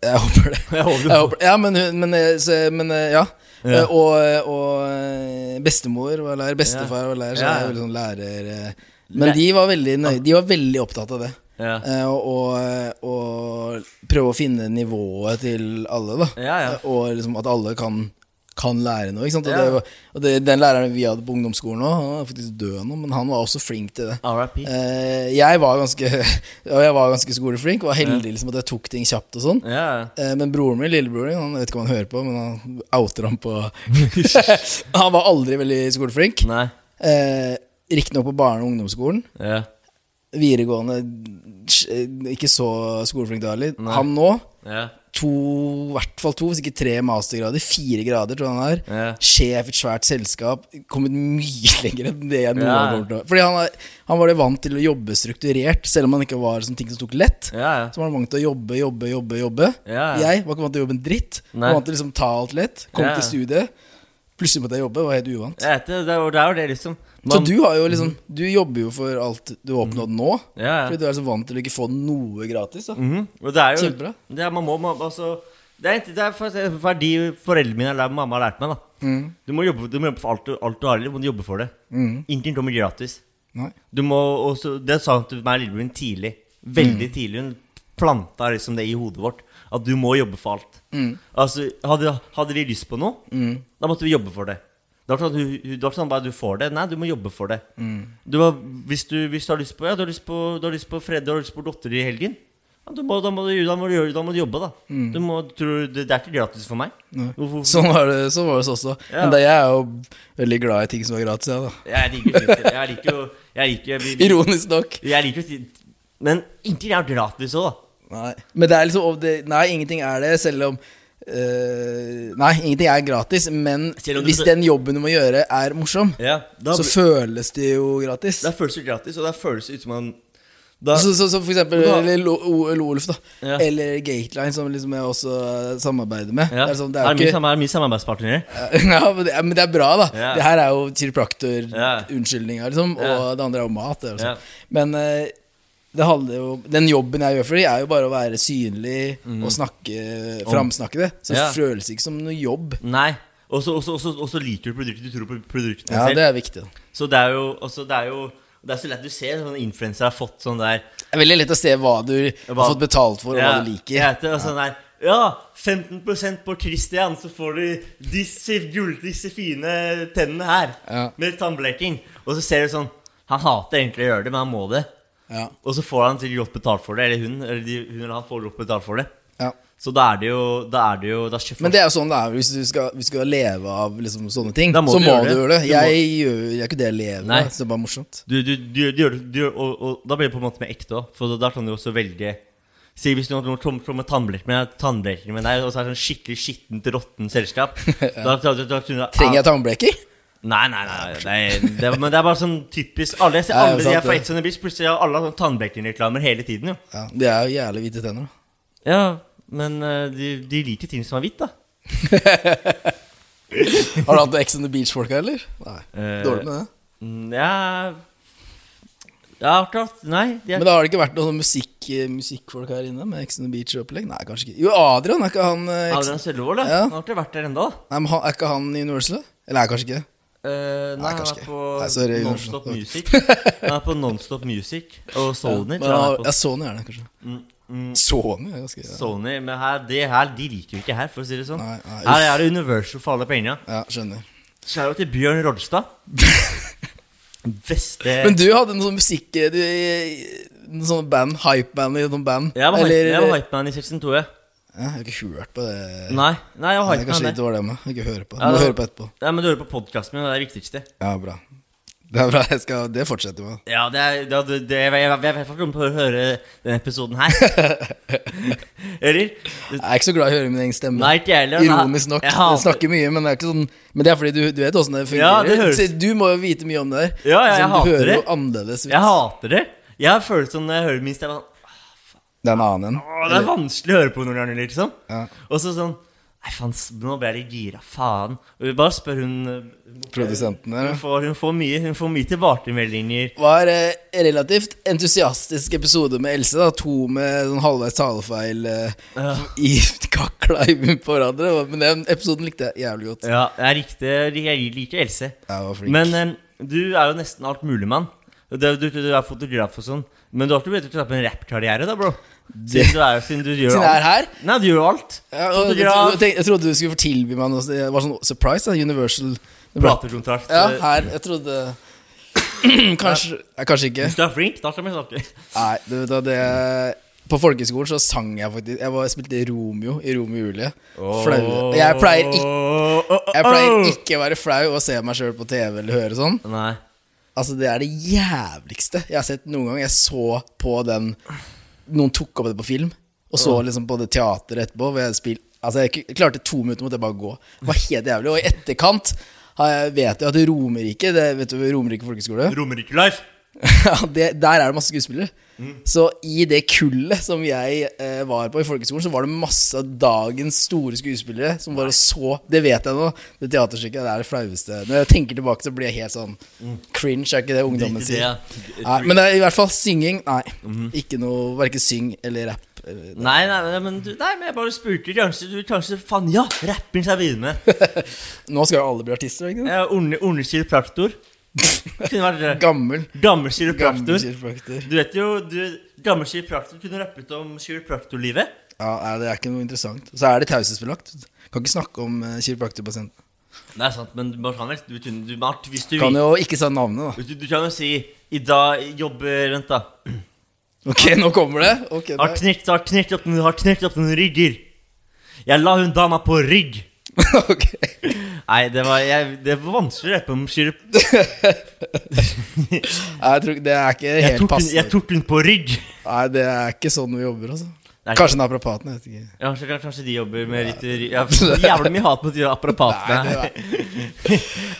Jeg håper det.
Jeg håper det.
Jeg håper, ja, men, hun- men, eh, så- men eh, ja.
Ja.
Eh, Og, og eh, bestemor var lærer, bestefar var lærer, så
Ja,
er
ja.
jeg veldig sånn lærer eh.
Læ-
Men de var veldig nøye, de var veldig opptatt av det.
Ja.
Eh, Og, og, og prøve å finne nivået til alle, da.
Ja, ja.
Eh, Og liksom at alle kan, kan lære noe. Ikke sant? Og,
Ja.
det, var- og det, den læreren vi hadde på ungdomsskolen òg, han er faktisk død nå, men han var også flink til det.
R.I.P.
Eh, jeg var ganske Og jeg var ganske skoleflink, var heldig liksom, at jeg tok ting kjapt og sånn.
Ja.
Eh, Men broren min, lillebroren min, han jeg vet ikke om han hører på, men han outer ham på Han var aldri veldig skoleflink.
Nei.
Eh, Riktignok på barne- og ungdomsskolen.
Ja.
Videregående eh, ikke så skoleflink da heller. Han nå,
Ja.
to, i hvert fall to, hvis ikke tre mastergrader, fire grader tror jeg han er.
Ja.
Sjef i et svært selskap. Kommet mye lenger enn det jeg noen
Ja.
gang kommer til å Fordi han, er, han var det vant til å jobbe strukturert, selv om han ikke var sånn ting som tok lett.
Ja, ja.
Så var han vant til å jobbe, jobbe, jobbe. jobbe
Ja.
Jeg var ikke vant til å jobbe en dritt.
Nei.
Var vant til å liksom ta alt lett. Kom
Ja.
til studiet. Plutselig måtte jeg jobbe. Var helt uvant.
Jeg vet det, det er jo det, er jo det liksom.
Så du har jo liksom Du jobber jo for alt du har oppnådd nå.
Mhm. Ja, Mhm. ja.
Fordi du er så vant til å ikke få noe gratis. Da.
Og det er jo
Kjempebra.
det er, man må, man, altså, det er, egentlig- det er for- fordi foreldrene mine eller mamma har lært meg. da
Mm.
du, må jobbe, du må jobbe for alt du, alt du har i livet. må Du jobbe for det. Ingenting kommer gratis.
Nei.
Du må også, det sa hun til meg lillebror min tidlig. Veldig tidlig. Hun planta liksom det i hodet vårt. At du må jobbe for alt. Altså, hadde, hadde vi lyst på noe, da måtte vi jobbe for det. Det var ikke sånn at du- det var ikke sånn bare du får det. Nei, du må jobbe for det. Du må, hvis, du, hvis du har lyst på Ja, du har lyst på, du har lyst på fredag, du har lyst på godteri i helgen. Ja, du må, da, må du, da, må du, gjøre- da må du jobbe, da. Du må, tror, du- det, det er ikke gratis for meg. Hvorfor-
Sånn var det sånn var det også.
Ja.
Men da, jeg er jo veldig glad i ting som er gratis. Jeg, da.
Jeg liker Jeg liker jo jeg liker, vi- vi-
Ironisk nok.
Jeg liker jo Men ingenting er gratis òg, da.
Nei. Men det er liksom og det, Nei, ingenting er det, selv om eh, Nei, ingenting er gratis, men
Selv om du
hvis
bete-
den jobben du må gjøre, er morsom,
Ja, da,
så føles det jo gratis.
da føles det gratis, og da føles det ut som man da,
Så, så, så for eksempel
Da-
eller Lo- O- Lolf, da.
Ja.
Eller Gateline, som liksom jeg også samarbeider med.
ja.
Det er sånn, det er jo
mye,
ikke,
sam- er mye samarbeidspartnere.
ja, men, det er, men det er bra, da.
Ja.
Det her er jo
Ja.
kiropraktor-unnskyldninga, liksom. Og
Ja.
det andre er jo mat. Det, er jo
Ja.
sånn. Men eh, det handler jo den jobben jeg gjør for dem, er jo bare å være synlig og snakke, framsnakke det.
Mhm.
Så
Ja.
det føles ikke som noe jobb.
Nei. Og så- Og så og så- og så liker du produktet. Du tror på produktet
Ja,
selv.
det er viktig. Da.
Så det er jo også, det er jo det er så lett du ser sånn influensere har fått sånn der
Det er veldig lett å se hva du har
Hva-
fått betalt for, og hva du liker.
jeg heter, og sånn der Ja, 15 på Christian, så får du disse, gul- disse fine tennene her.
Ja.
Med tannbleking. Og så ser du sånn Han hater egentlig å gjøre det, men han må det.
Ja.
Og så får han sikkert godt betalt for det, eller hun eller, de, hun eller han får godt betalt for det.
Ja.
Så da er det jo Da er det jo Da, skjer-
Men det er jo sånn det er hvis du skal, hvis du skal leve av liksom, sånne ting.
Da må
så
du
må
gjøre
du
det.
gjøre det.
Du
Jeg
må-
gjør det er ikke det jeg lever
Nei.
av. så Det er bare morsomt.
du, du, du, du, gjør det- du, gjør- og, og da blir det på en måte mer ekte òg, for da kan du også velge Si hvis du har noe tom- tom- tannbleking med, tannbleking med deg, og så er det sånn skikkelig skittent, råttent selskap da, da, da, da, da,
Trenger jeg tannbleker?
Nei, nei, nei. nei det, men det er bare sånn typisk Alle jeg ser
Ja, ja,
alle,
sant
jeg får
det.
Ex on the Beach, plutselig har alle sånn tannblekingreklamer hele tiden, jo.
Ja, det er jo jævlig hvite tenner, da.
Ja, men eh, de, de liker ting som er hvitt, da.
Har du hatt noen Ex on the Beach-folka, eller? Nei.
Eh,
Dårlig med det.
Mm, Ja Ja, akkurat. Nei. Jeg,
Men da har det ikke vært noen sånn musikk, eh, musikkfolk her inne med Ex on the Beach-opplegg? Nei, kanskje ikke. Jo, Adrian, er ikke han eh, Ex-
Adrian Sølvold, ja.
Ja.
Han har ikke vært der ennå.
Nei, men han, Er ikke han i Universal? da? Eller er kanskje ikke det?
Uh, nei, han
kanskje
er
ikke.
på
Nei, sorry,
Nonstop
Jonas.
Music. Han er på Nonstop Music og Sony. tror jeg
Men han,
han er
har- ja,
på. Mm,
Sony er det, kanskje. Sony er ganske ja.
Sony, Men her, det her, de liker vi ikke her, for å si det sånn.
Nei, nei,
her er det Universal for alle penga.
ja, skjønner.
Skjæra til Bjørn Rodstad. Beste
Men du hadde noen sånn musikk eh, du, Noen sånne band, hype-band i noen band?
Jeg var, hype,
Eller-
jeg var hypeman i 62, jeg.
Ja, jeg har ikke hørt på det.
Nei, nei, jeg var
Det er
hypeman
kanskje litt
der.
dårlig av meg. Jeg kan Ikke høre på.
Ja,
Må
det-
høre på etterpå.
Ja, men du hører på podkasten min, og det er det viktigste.
Ja, bra. Det er bra. Jeg skal, det fortsetter vi med.
Ja, det er, det, det, det, jeg, jeg, jeg vet ikke om du får høre denne episoden her. Eller?
Jeg er ikke så glad i å høre min egen stemme.
Nei, ikke jeg heller.
Ironisk nok.
Jeg
Jeg,
hater-
snakker mye, men det er ikke sånn Men det er fordi du, du vet åssen det
Ja,
fungerer.
det høres-
Se, du må jo vite mye om det der.
Ja, ja, jeg
Sånn,
hater
du hører
det.
jo annerledes ut.
Jeg hater det. Jeg har følelsen når jeg hører min stemme sånn,
Det er en annen en.
Åh, det er vanskelig å høre på noen ganger, liksom. Og så sånn Nei, faen, s- nå ble jeg litt gira. Faen. Og vi bare spør hun eh,
Produsenten her, ja.
Hun får, hun får, mye, hun får mye tilbakemeldinger.
Var eh, relativt entusiastisk episode med Else. da To med sånn halvveis talefeil eh, i kakla i munnen på hverandre. Men den episoden likte jeg jævlig godt.
Ja, jeg likte, jeg liker Else.
Jeg var flink.
Men eh, du er jo nesten alt mulig, mann. Du, du, du er fotograf og sånn. Men du har ikke blitt til å ta på en rappkarriere, da, bro? Siden du er, siden du gjør
Siden jeg er
alt. Nei, du gjør alt.
Ja, og-
Fotograf.
jeg, tenkte- jeg trodde du skulle få tilby meg noe. så Det var sånn surprise. da Universal
Platekontrakt. eh.
Ja, her. Jeg trodde Kanskje ja, Kanskje ikke.
Hvis du er flink, da skal vi snakke.
Nei, du vet da, det På folkeskolen så sang jeg faktisk Jeg var, spilte Romeo i Romeo og Julie. Flau. Jeg pleier ikke Jeg pleier ikke å være flau og se meg sjøl på TV eller høre sånn.
Nei.
Altså, det er det jævligste jeg har sett noen gang. Jeg så på den Noen tok opp det på film, og så
Åh.
liksom på det teateret etterpå. Hvor jeg spil, altså, jeg k- klarte to minutter måtte jeg bare gå. Det var helt jævlig. Og i etterkant har jeg, vet jeg at Romerike det, Vet du Romerike folkeskole?
Romerike Life!
ja, det, der er det masse skuespillere. Så i det kullet som jeg eh, var på i folkeskolen, så var det masse av dagens store skuespillere som bare så Det vet jeg nå. Det teaterstykket det er det flaueste. Når jeg tenker tilbake, så blir jeg helt sånn cringe. Er ikke det ungdommen
Drit i det,
sier?
ja.
Nei, men det er i hvert fall synging. Nei. Ikke noe Verken syng eller Eh, rapp. eller-
Nei, nei, nei, men, du, nei, men jeg bare spurte. Kanskje du kanskje, Faen, ja! Rapperen skal jeg begynne med.
Nå skal jo alle bli artister, ikke sant?
Eh, Orne Orne kiropraktor. Kunne vært det.
Gammel.
Gammel kiropraktor.
Gammel kiropraktor.
Du vet jo, du, gammel kiropraktor kunne rappet om kiropraktorlivet.
Ja, nei, det er ikke noe interessant. Så er det taushetsbelagt. Kan ikke snakke om eh, kiropraktorpasienten.
Det er sant, men du bare kan vel du, kunne- du, Mart, hvis du
Kan
vil
jo ikke si navnet, da.
du, du kan jo si I dag jobber Vent, da.
Ok, nå kommer det. Ok,
Har
nei.
knekt, har knekt opp noen, har knekt opp noen rygger. Jeg la hun dama på rygg.
Ok.
Nei, det var, jeg, det var vanskelig å rappe om kirop...
Nei, jeg tror, ikke- det er ikke helt
Jeg tok, hun,
passende.
jeg tok hun på rygg.
Nei, det er ikke sånn vi jobber, altså.
Nei.
Kanskje naprapaten, jeg vet ikke.
Ja, så kan- kanskje de jobber med litt ry- ja, Jævlig mye hat mot de apropatene.
Nei,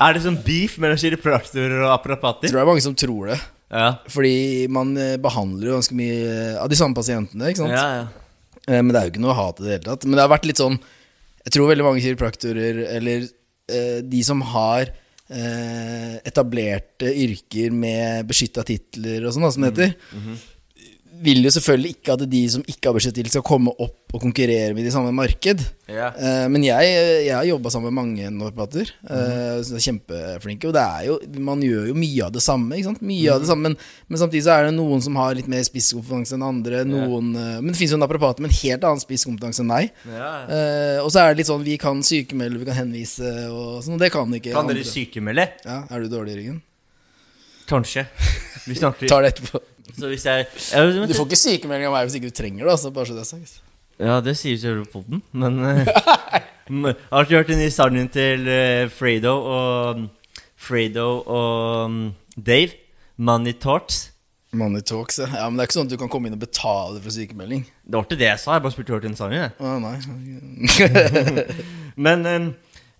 er det sånn beef mellom kiropraktorer og
Jeg
apropater?
tror det er mange som tror det.
Ja.
Fordi man eh, behandler jo ganske mye eh, av de samme pasientene, ikke sant.
ja, ja.
Eh, Men det er jo ikke noe hat i det hele tatt. Men det har vært litt sånn Jeg tror veldig mange kiropraktorer, eller eh, de som har eh, etablerte yrker med beskytta titler og sånn, da, som
Mm.
det heter, vil jo selvfølgelig ikke at de som ikke har beskyttet tittel, skal komme opp og konkurrere med de samme marked.
Ja.
Eh, men jeg, jeg har jobba sammen med mange norpater.
Mhm.
Uh, er kjempeflinke. Og det er jo, man gjør jo mye av det samme. Ikke sant? Mye
Mhm.
av det samme men, men samtidig så er det noen som har litt mer spisskompetanse enn andre. Noen, eh, men det fins jo naprapater med en helt annen spisskompetanse enn meg.
Ja.
Eh, og så er det litt sånn vi kan sykemelde, vi kan henvise og sånn. og Det kan ikke
Kan dere
andre.
sykemelde?
Ja, er du dårlig i ryggen?
Kanskje. Vi snakker
Tar det etterpå.
Så hvis jeg ja, men,
Du får ikke sykemelding av meg hvis ikke du trenger det. Altså, bare så det er sagt.
ja, det sier selve poden, men eh, men Har du ikke hørt den i sangen til eh, Fredo og Fredo og mm, Dave? Money Torts?
Money talks, ja. ja. Men det er ikke sånn at du kan komme inn og betale for sykemelding.
Det var ikke det jeg sa, jeg bare spurte om du hørte den sangen. jeg.
Å, nei.
Men, eh,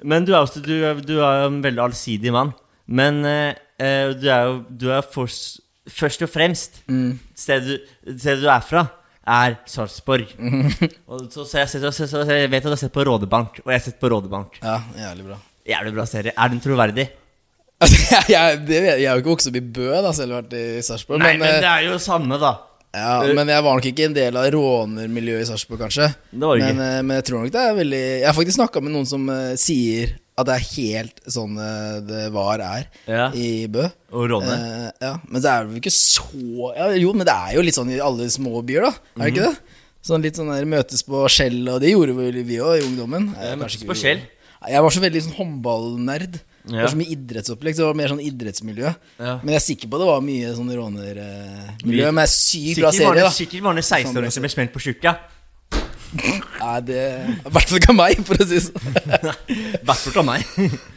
men du er også du, er- du er jo en veldig allsidig mann. Men eh, eh, du er jo du er for, først og fremst
Mm.
Stedet du, stedet du er fra, er Sarpsborg.
Mm.
Og så, så, jeg, så, så, så, så jeg vet at du har sett på Rådebank, og jeg har sett på Rådebank.
Ja, jævlig bra.
Jævlig bra serie. Er den troverdig?
Altså, jeg, det, vet- jeg har jo ikke vokst opp i Bø, da, selv vært i Sarpsborg.
Nei,
Men,
men det
eh,
er jo samme, da.
ja,
Eh,
men jeg var nok ikke en del av rånermiljøet i Sarpsborg, kanskje.
Det var du
men,
ikke.
eh, men jeg tror nok det er veldig Jeg har faktisk snakka med noen som eh, sier at det er helt sånn eh, det var er
Ja.
i Bø.
Og Råne.
Eh, ja, men det er vel ikke så ja, Jo, men det er jo litt sånn i alle små byer, da. Er det
Mhm.
ikke det? Sånn litt sånn der møtes på skjell, og det gjorde vel vi òg i ungdommen. Eh,
møttes
kanskje
på
vi-
Skjell.
Nei, Jeg var så veldig sånn håndballnerd. Det
Ja.
var så mye idrettsopplegg, så det var mer sånn idrettsmiljø.
Ja.
Men jeg er sikker på det var mye sånn rånermiljø.
Mye.
Men det er sykt bra
Sikkert
serie,
mange,
da.
sikkert mange 16-åringer som blir smelt på tjukka.
Nei, det I hvert fall ikke av meg, for å si det sånn.
Hvert vårt av meg.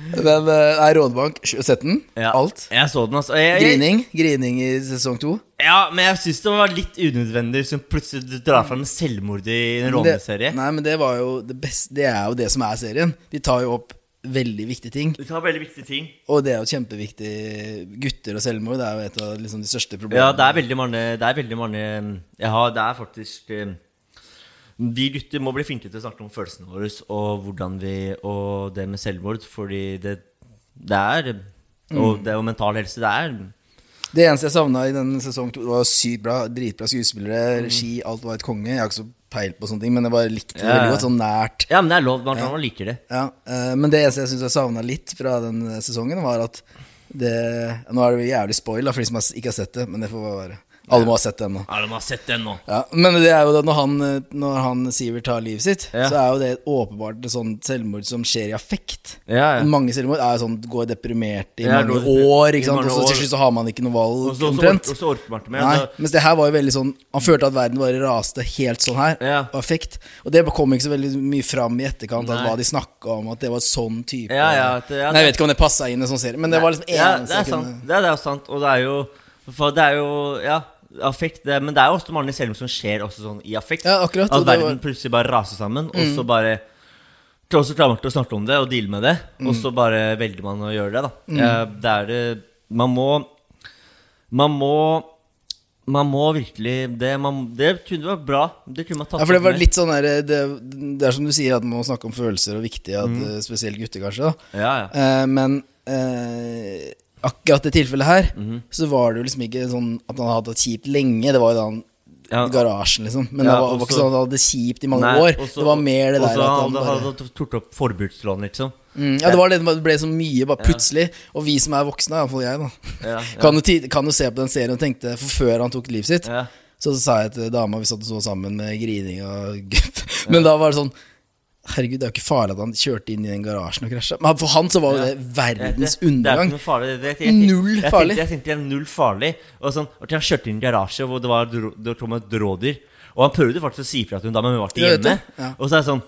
Men eh, nei, Rådebank, sett den.
Ja.
Alt.
Jeg så den, altså. Jeg, jeg,
Grining. Grining i sesong to.
Ja, men jeg syns det var litt unødvendig som plutselig du drar fram selvmord i en
Men det-
råneserie.
Nei, men det var jo det beste Det er jo det som er serien. De tar jo opp veldig viktige ting.
Du tar veldig viktige ting.
Og det er jo kjempeviktig. Gutter og selvmord det er jo et av liksom, de største problemene.
mm, Ja, det er veldig mange Det er veldig mange Jeg har Det er faktisk eh, Vi gutter må bli flinkere til å snakke om følelsene våre og hvordan vi Og det med selvmord, fordi det, det er Og
Mm.
det og mental helse, det er
Det eneste jeg savna i den sesong to, det var sykt bra, dritbra skuespillere, regi, alt var et konge. Jeg har ikke så peil på sånne ting, men jeg bare likte det
Mm. Ja, ja.
veldig godt. Sånn nært.
Ja, men det er lov. Man,
Ja.
man liker det.
Ja, eh, men det eneste jeg syns jeg savna litt fra den eh, sesongen, var at det Nå er det jo jævlig spoil da, for de som har s- ikke har sett det, men det får bare være. Alle må ha sett det ennå.
Ja, de har sett den nå.
Ja, men det er jo det at når han, eh, når han Sivert tar livet sitt,
Ja.
så er jo det åpenbart et sånt selvmord som skjer i affekt.
Ja, ja.
Mange selvmord er jo sånn går deprimert i
Ja,
mange
går deprimert
år,
i
ikke sant?
mange
og så
år.
til slutt så har man ikke noe valg,
Og så- og så
omtrent.
ork- og så orker man ikke mer,
Nei,
altså.
mens det her var jo veldig sånn Han følte at verden bare raste helt sånn her, og affekt. Og det kom ikke så veldig mye fram i etterkant, at
Nei.
hva de snakka om, at det var sånn type
Ja, ja, at- ja,
Nei, jeg
det-
vet ikke om det passa inn i en sånn serie, men det var liksom
ja,
eneste
det er
jeg kunne-
sant. Det er, det er sant, og det er jo For det er jo Ja, affekt. Det, men det er jo også mange selvmord som skjer også sånn i affekt.
Ja, akkurat,
at
og det
verden
var-
plutselig bare raser sammen, og
Mm.
så bare Og så klarer man ikke å snakke om det og deale med det, og
Mm.
så bare velger man å gjøre det, da.
Mm.
Eh, Det er det Man må Man må man må virkelig Det, man, det kunne vært bra. Det kunne man tatt
Ja, for det
opp
var
med.
litt sånn der, det, det er som du sier, at man må snakke om følelser og viktig, at,
Mm.
eh, spesielt gutter kanskje. Da.
Ja, ja.
Eh, men eh, akkurat det tilfellet her,
Mhm.
så var det jo liksom ikke sånn at han hadde hatt det kjipt lenge. Det var jo da han
Ja.
i garasjen, liksom. Men
Ja,
det var,
og
var ikke
så-
sånn at han hadde det kjipt i mange
Nei,
år.
og så-
det var mer det
og
der
så
at han
hadde
bare
han tort opp forbrukslån, liksom.
Mm, ja, det var det. Det ble så mye bare plutselig. Og vi som er voksne, iallfall jeg, da,
Ja, ja.
Kan, jo, ti- kan jo se på den serien og tenkte For før han tok livet sitt,
Ja.
så sa jeg til dama Vi satt og så sammen med grining og gutt. Men da var det sånn Herregud, det er jo ikke farlig at han kjørte inn i den garasjen og krasja. Men for han så var jo det verdens
Det- det-
undergang.
Det er ikke noe farlig. Det, det, jeg, jeg,
Null
jeg,
farlig.
Jeg, jeg, tenkte det er null farlig. Og sånn, og han kjørte inn i en garasje hvor det var dro- det kom et rådyr. Og han prøvde faktisk å si fra til hun da, men hun var ikke
Jeg vet
hjemme.
det, ja.
Og så er det sånn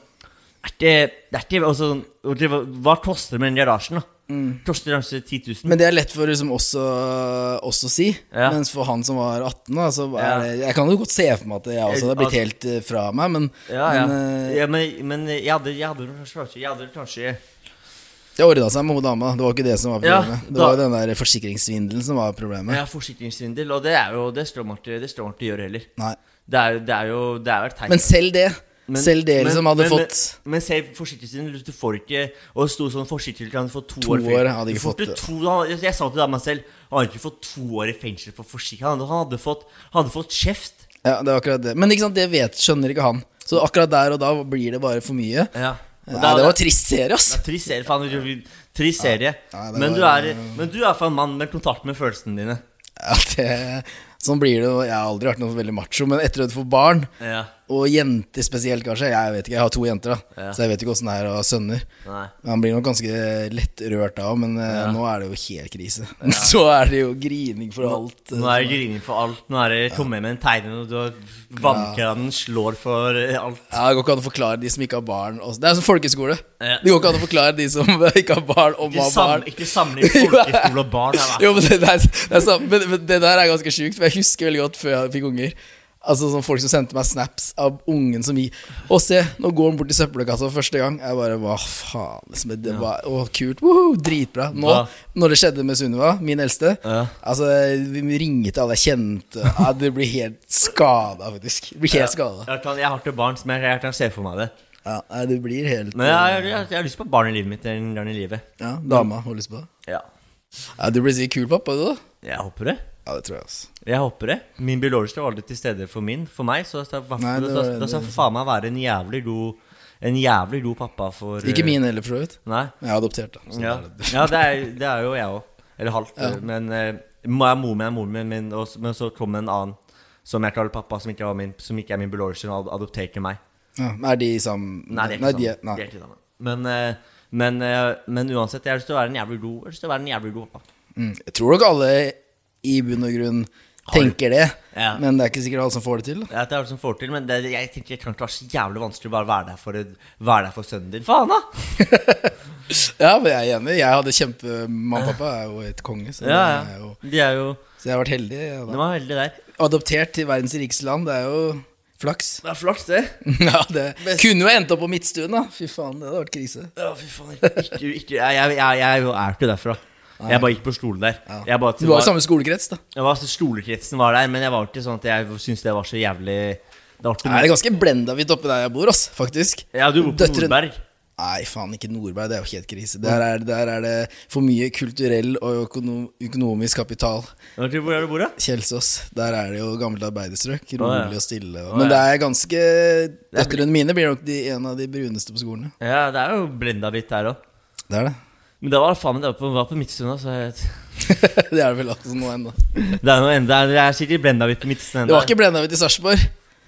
er det, det er ikke, og så, sånn, og det, var- Hva koster det med den garasjen, da?
Mm.
Koster det kanskje 10 000?
Men det er lett for liksom også, også å si.
Ja.
Mens for han som var 18, da, så er
Ja.
det Jeg kan jo godt se for meg at jeg også hadde
Altså-
blitt helt eh, fra meg, men,
ja, ja.
men, eh,
ja, men, men jeg hadde, jeg hadde kanskje Jeg hadde kanskje
Det ordna seg med hun dama. Det var ikke det som var
Ja,
problemet. det
da-
var jo den der forsikringssvindelen som var problemet.
Ja, forsikringssvindel. Og det er jo Det står man ikke det står man ikke å gjøre heller.
Nei.
Det er, det er jo Det er jo et tegn
Men selv det, selv det liksom hadde
men,
fått-
Men, men selv forsikringssvindel, du får ikke Og det sto sånn forsikringssvindel kan få to,
To
år
år
fengsel.
hadde
Du
ikke
får
fått-
to, han, jeg, jeg sa til dama selv Han hadde ikke fått to år i fengsel for forsikring. Han hadde, han hadde fått Han hadde fått kjeft.
Ja, det var akkurat det. Men ikke sant, det vet, skjønner ikke han. Så akkurat der og da blir det bare for mye.
Ja. Og
Nei,
da-
det var trist serie, ass.
Det er trist serie, faen. det er Trist serie.
det
men,
var-
du er, men du er for en mann med kontakt med følelsene dine.
Ja, det, sånn blir det. og Jeg har aldri vært noe veldig macho, men etter at du får barn,
Ja.
og jenter spesielt, kanskje Jeg vet ikke, jeg har to jenter, da
Ja.
så jeg vet ikke åssen det er å ha sønner.
Nei.
Han blir nok ganske lett rørt av, men eh,
Ja.
nå er det jo helt krise. Så er det jo grining for alt. eh,
Nå er det
som
grining for alt. Nå er det tomme med en tegne, og du har- vannkranen slår for eh, alt.
Ja, Det går ikke an å forklare de som ikke har barn. også. Det er som folkeskole.
Ja.
Det går ikke an å forklare de som ikke har barn, om å
Ikke,
ha
sam,
barn.
ikke samling folkeskole og barn. Her, da.
Jo, men det, det, er, det, er sant, men, men det der er ganske sjukt, for jeg husker veldig godt før jeg fikk unger. Altså sånn Folk som sendte meg snaps av ungen som gikk Å, se, nå går han bort til søppelkassa for første gang. Jeg bare Hva faen? Liksom, det var, å, kult. Woho, dritbra. Nå,
Hva?
når det skjedde med Sunniva, min eldste
Ja.
Altså, Vi ringte alle jeg kjente. Ja, det blir helt skada, faktisk. Det blir helt skada.
Jeg, kan, jeg har ikke barn, men jeg, jeg kan se for meg det.
Ja, nei, det blir helt
Men jeg, jeg, jeg, har lyst på barn i livet mitt. En gang i livet.
Ja, dama har lyst på det.
Ja.
Ja, Du blir sikkert kul pappa, du, da.
Jeg håper det.
Ja, det tror jeg, altså.
Jeg håper det. Min biologiske var aldri til stede for min For meg. Så da skal da-
Nei,
da-
det var-
da skal
det-
faen meg være en jævlig god En jævlig god pappa for eh,
Ikke min heller, for så vidt.
Nei.
Men Jeg er adoptert, da. så
Ja,
det er det.
ja det, er, det er jo jeg òg. Eller halvt.
Ja.
Men eh, må jeg er mor min, jeg er mor min, men, og, s- men så kom en annen som jeg kaller pappa, som ikke, var min, som ikke er min biologiske, og ad- adopterte meg.
Ja, men er de sammen?
Nei, det er ikke
nei,
sammen.
de er, nei.
De er ikke sammen. Men, eh, men, eh, men uansett, jeg har lyst til å være en jævlig god, jeg har lyst til å være en jævlig god pappa.
Mm. Jeg tror nok alle i bunn og grunn tenker det,
Ja.
men det er ikke sikkert alle som får det til.
Det
Da.
er det som får til, men det, jeg tenker det kan ikke være så jævlig vanskelig å bare være der for, være der for sønnen din. Faen, da!
Ja, men jeg er enig. Jeg hadde kjempe Mamma og pappa er jo et konge, så,
Ja,
det er
ja.
jo,
De er jo
så jeg har vært heldig. Ja,
De
da.
var veldig der.
Adoptert til verdens rikeste land, det er jo flaks.
Det er flaks, det.
Ja, det Kunne jo endt opp på Midtstuen, da. Fy faen, det hadde vært krise.
Ja, fy faen. Ikke, ikke, jeg, jeg, jeg, jeg er ikke derfra. Jeg bare gikk på skolen der. Jeg bare,
Du var i samme skolekrets, da.
Jeg var, skolekretsen var der, men jeg var ikke sånn at jeg syntes det var så jævlig Det er artig
Nei, det er ganske blenda vidt oppi der jeg bor, ass, faktisk.
Ja, du bor på
Døtrene-
Nordberg.
Nei, faen, ikke Nordberg. Det er jo helt krise. Der er, der er det for mye kulturell og økono økonomisk kapital.
Hvor er du bor, da?
Kjelsås. Der er det jo gammelt arbeiderstrøk.
Å, ja.
Rolig og stille.
Å,
Og, men det
ja.
er ganske Døtrene mine blir nok de, en av de bruneste på skolen. ja.
Ja, det er jo blenda litt der òg.
Det er det.
Men det var faen meg det var på, var på Midtstuen, altså.
det er det vel altså nå ennå.
Det er, noe enda, det er sikkert blenda litt på Midtstuen.
Det var ikke blenda vidt i Sarpsborg.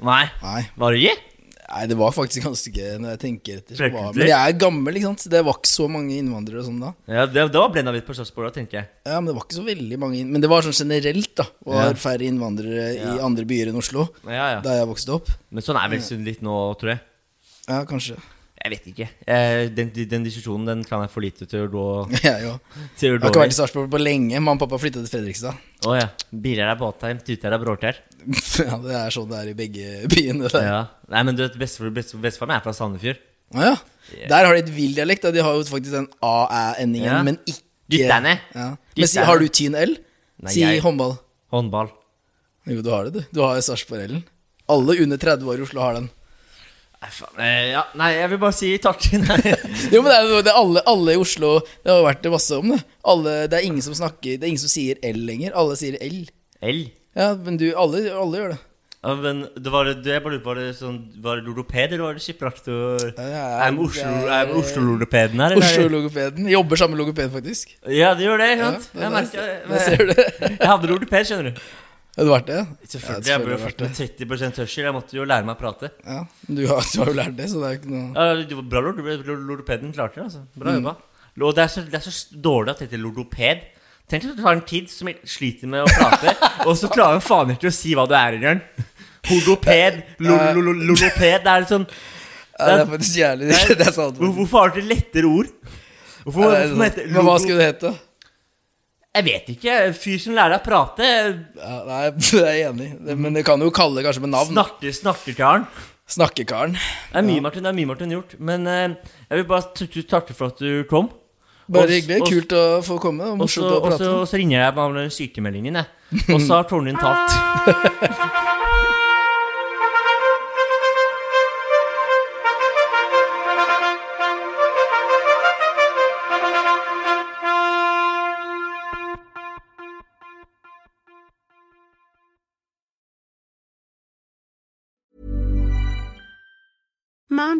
Nei.
Nei.
Var det ikke?
Nei, det var faktisk ganske gøy når jeg tenker etter. så var-
Frekvent
Men
litt.
jeg er gammel, ikke sant. Det var ikke så mange innvandrere og sånn da.
Ja, det, det var blenda litt på Sarpsborg, da, tenker jeg.
Ja, men det var ikke så veldig mange inn- Men det var sånn generelt, da. Var
Ja.
færre innvandrere i
Ja.
andre byer enn Oslo
Ja, ja.
da jeg vokste opp.
Men sånn er vel Sund litt nå, tror jeg.
Ja, kanskje.
Jeg vet ikke. Eh, den, den diskusjonen den kan jeg for lite til å gå
Jeg jo.
Til å
Jeg
gå
har ikke
i.
vært i Sarpsborg på lenge. Mamma og pappa flytta til Fredrikstad.
Å ja. Biler er båtheim, tuter er bråter.
ja, det er sånn det er i begge byene. Der.
Ja. Nei, men du vet, bestefar best, bestefar min er fra Sandefjord.
Ah, ja. Der har de et vill dialekt. Da. De har jo faktisk den a-æ-endingen,
Ja.
men ikke
Dytterne.
Ja. Men si,
Dytterne.
har du tyn L?
Nei,
si
jeg-
håndball.
Håndball.
Jo, du har det, du. Du har Sarpsborg-L-en. Alle under 30 år i Oslo har den.
Nei, faen. Eh, ja. Nei, jeg vil bare si takk. Nei.
Jo, men det er, jo- det er alle, alle i Oslo Det har jo vært det masse om det. Alle, det er ingen som snakker Det er ingen som sier L lenger. Alle sier L.
L.
Ja, men du, alle, alle gjør det.
Ja, men det var, det, jeg bare lurer på, var det sånn Var det logoped, eller var det kiropraktor?
ja,
Er med Oslo- er med Oslo-logopeden her, eller?
Oslo-logopeden. Jobber sammen med logoped, faktisk.
Ja, det gjør det. ikke sant?
Ja,
jeg
der-
merker
der ser du det.
Jeg hadde logoped, skjønner du.
Har du vært det? ja?
Selvfølgelig.
Ja,
jeg ble jo
selvfølgelig
født med 30 hørsel. Jeg måtte jo lære meg å prate.
Ja, men du, har, du har jo lært det, så det er jo ikke noe
Ja, det var bra lord- lord- lordopeden klarte det, altså. Bra
Mm.
jobba. Og det er, så, det er så s- dårlig at det heter lordoped. Tenk at du tar en kid som sliter med å prate, og så klarer han faen ikke å si hva du er, Jørn. Hodoped, lo- lo- lo- lordoped Det er litt sånn
ja, Det er faktisk jævlig
det er-
Det er sant.
hvor- Hvorfor har du ikke lettere ord? Hvorfor,
Ja, det er
hvorfor må det
sant.
hete
Men hva
logo-
skulle det hete?
Jeg vet ikke. Fyr som lærer deg å prate.
Ja, nei, jeg er enig. Det- Men det kan jo kalle det kanskje med navn.
Snakker, snakker til han.
Snakkekaren.
Det er mye, Martin. Det er mye, Martin, gjort. Men eh, jeg vil bare t- t- takke for at du kom. Og-
Bare hyggelig.
og-
Kult å få komme. og
Og så,
Morsomt å
og så,
prate med.
og så ringer jeg på den sykemeldingen, jeg. Og så har Tornin talt.
Mom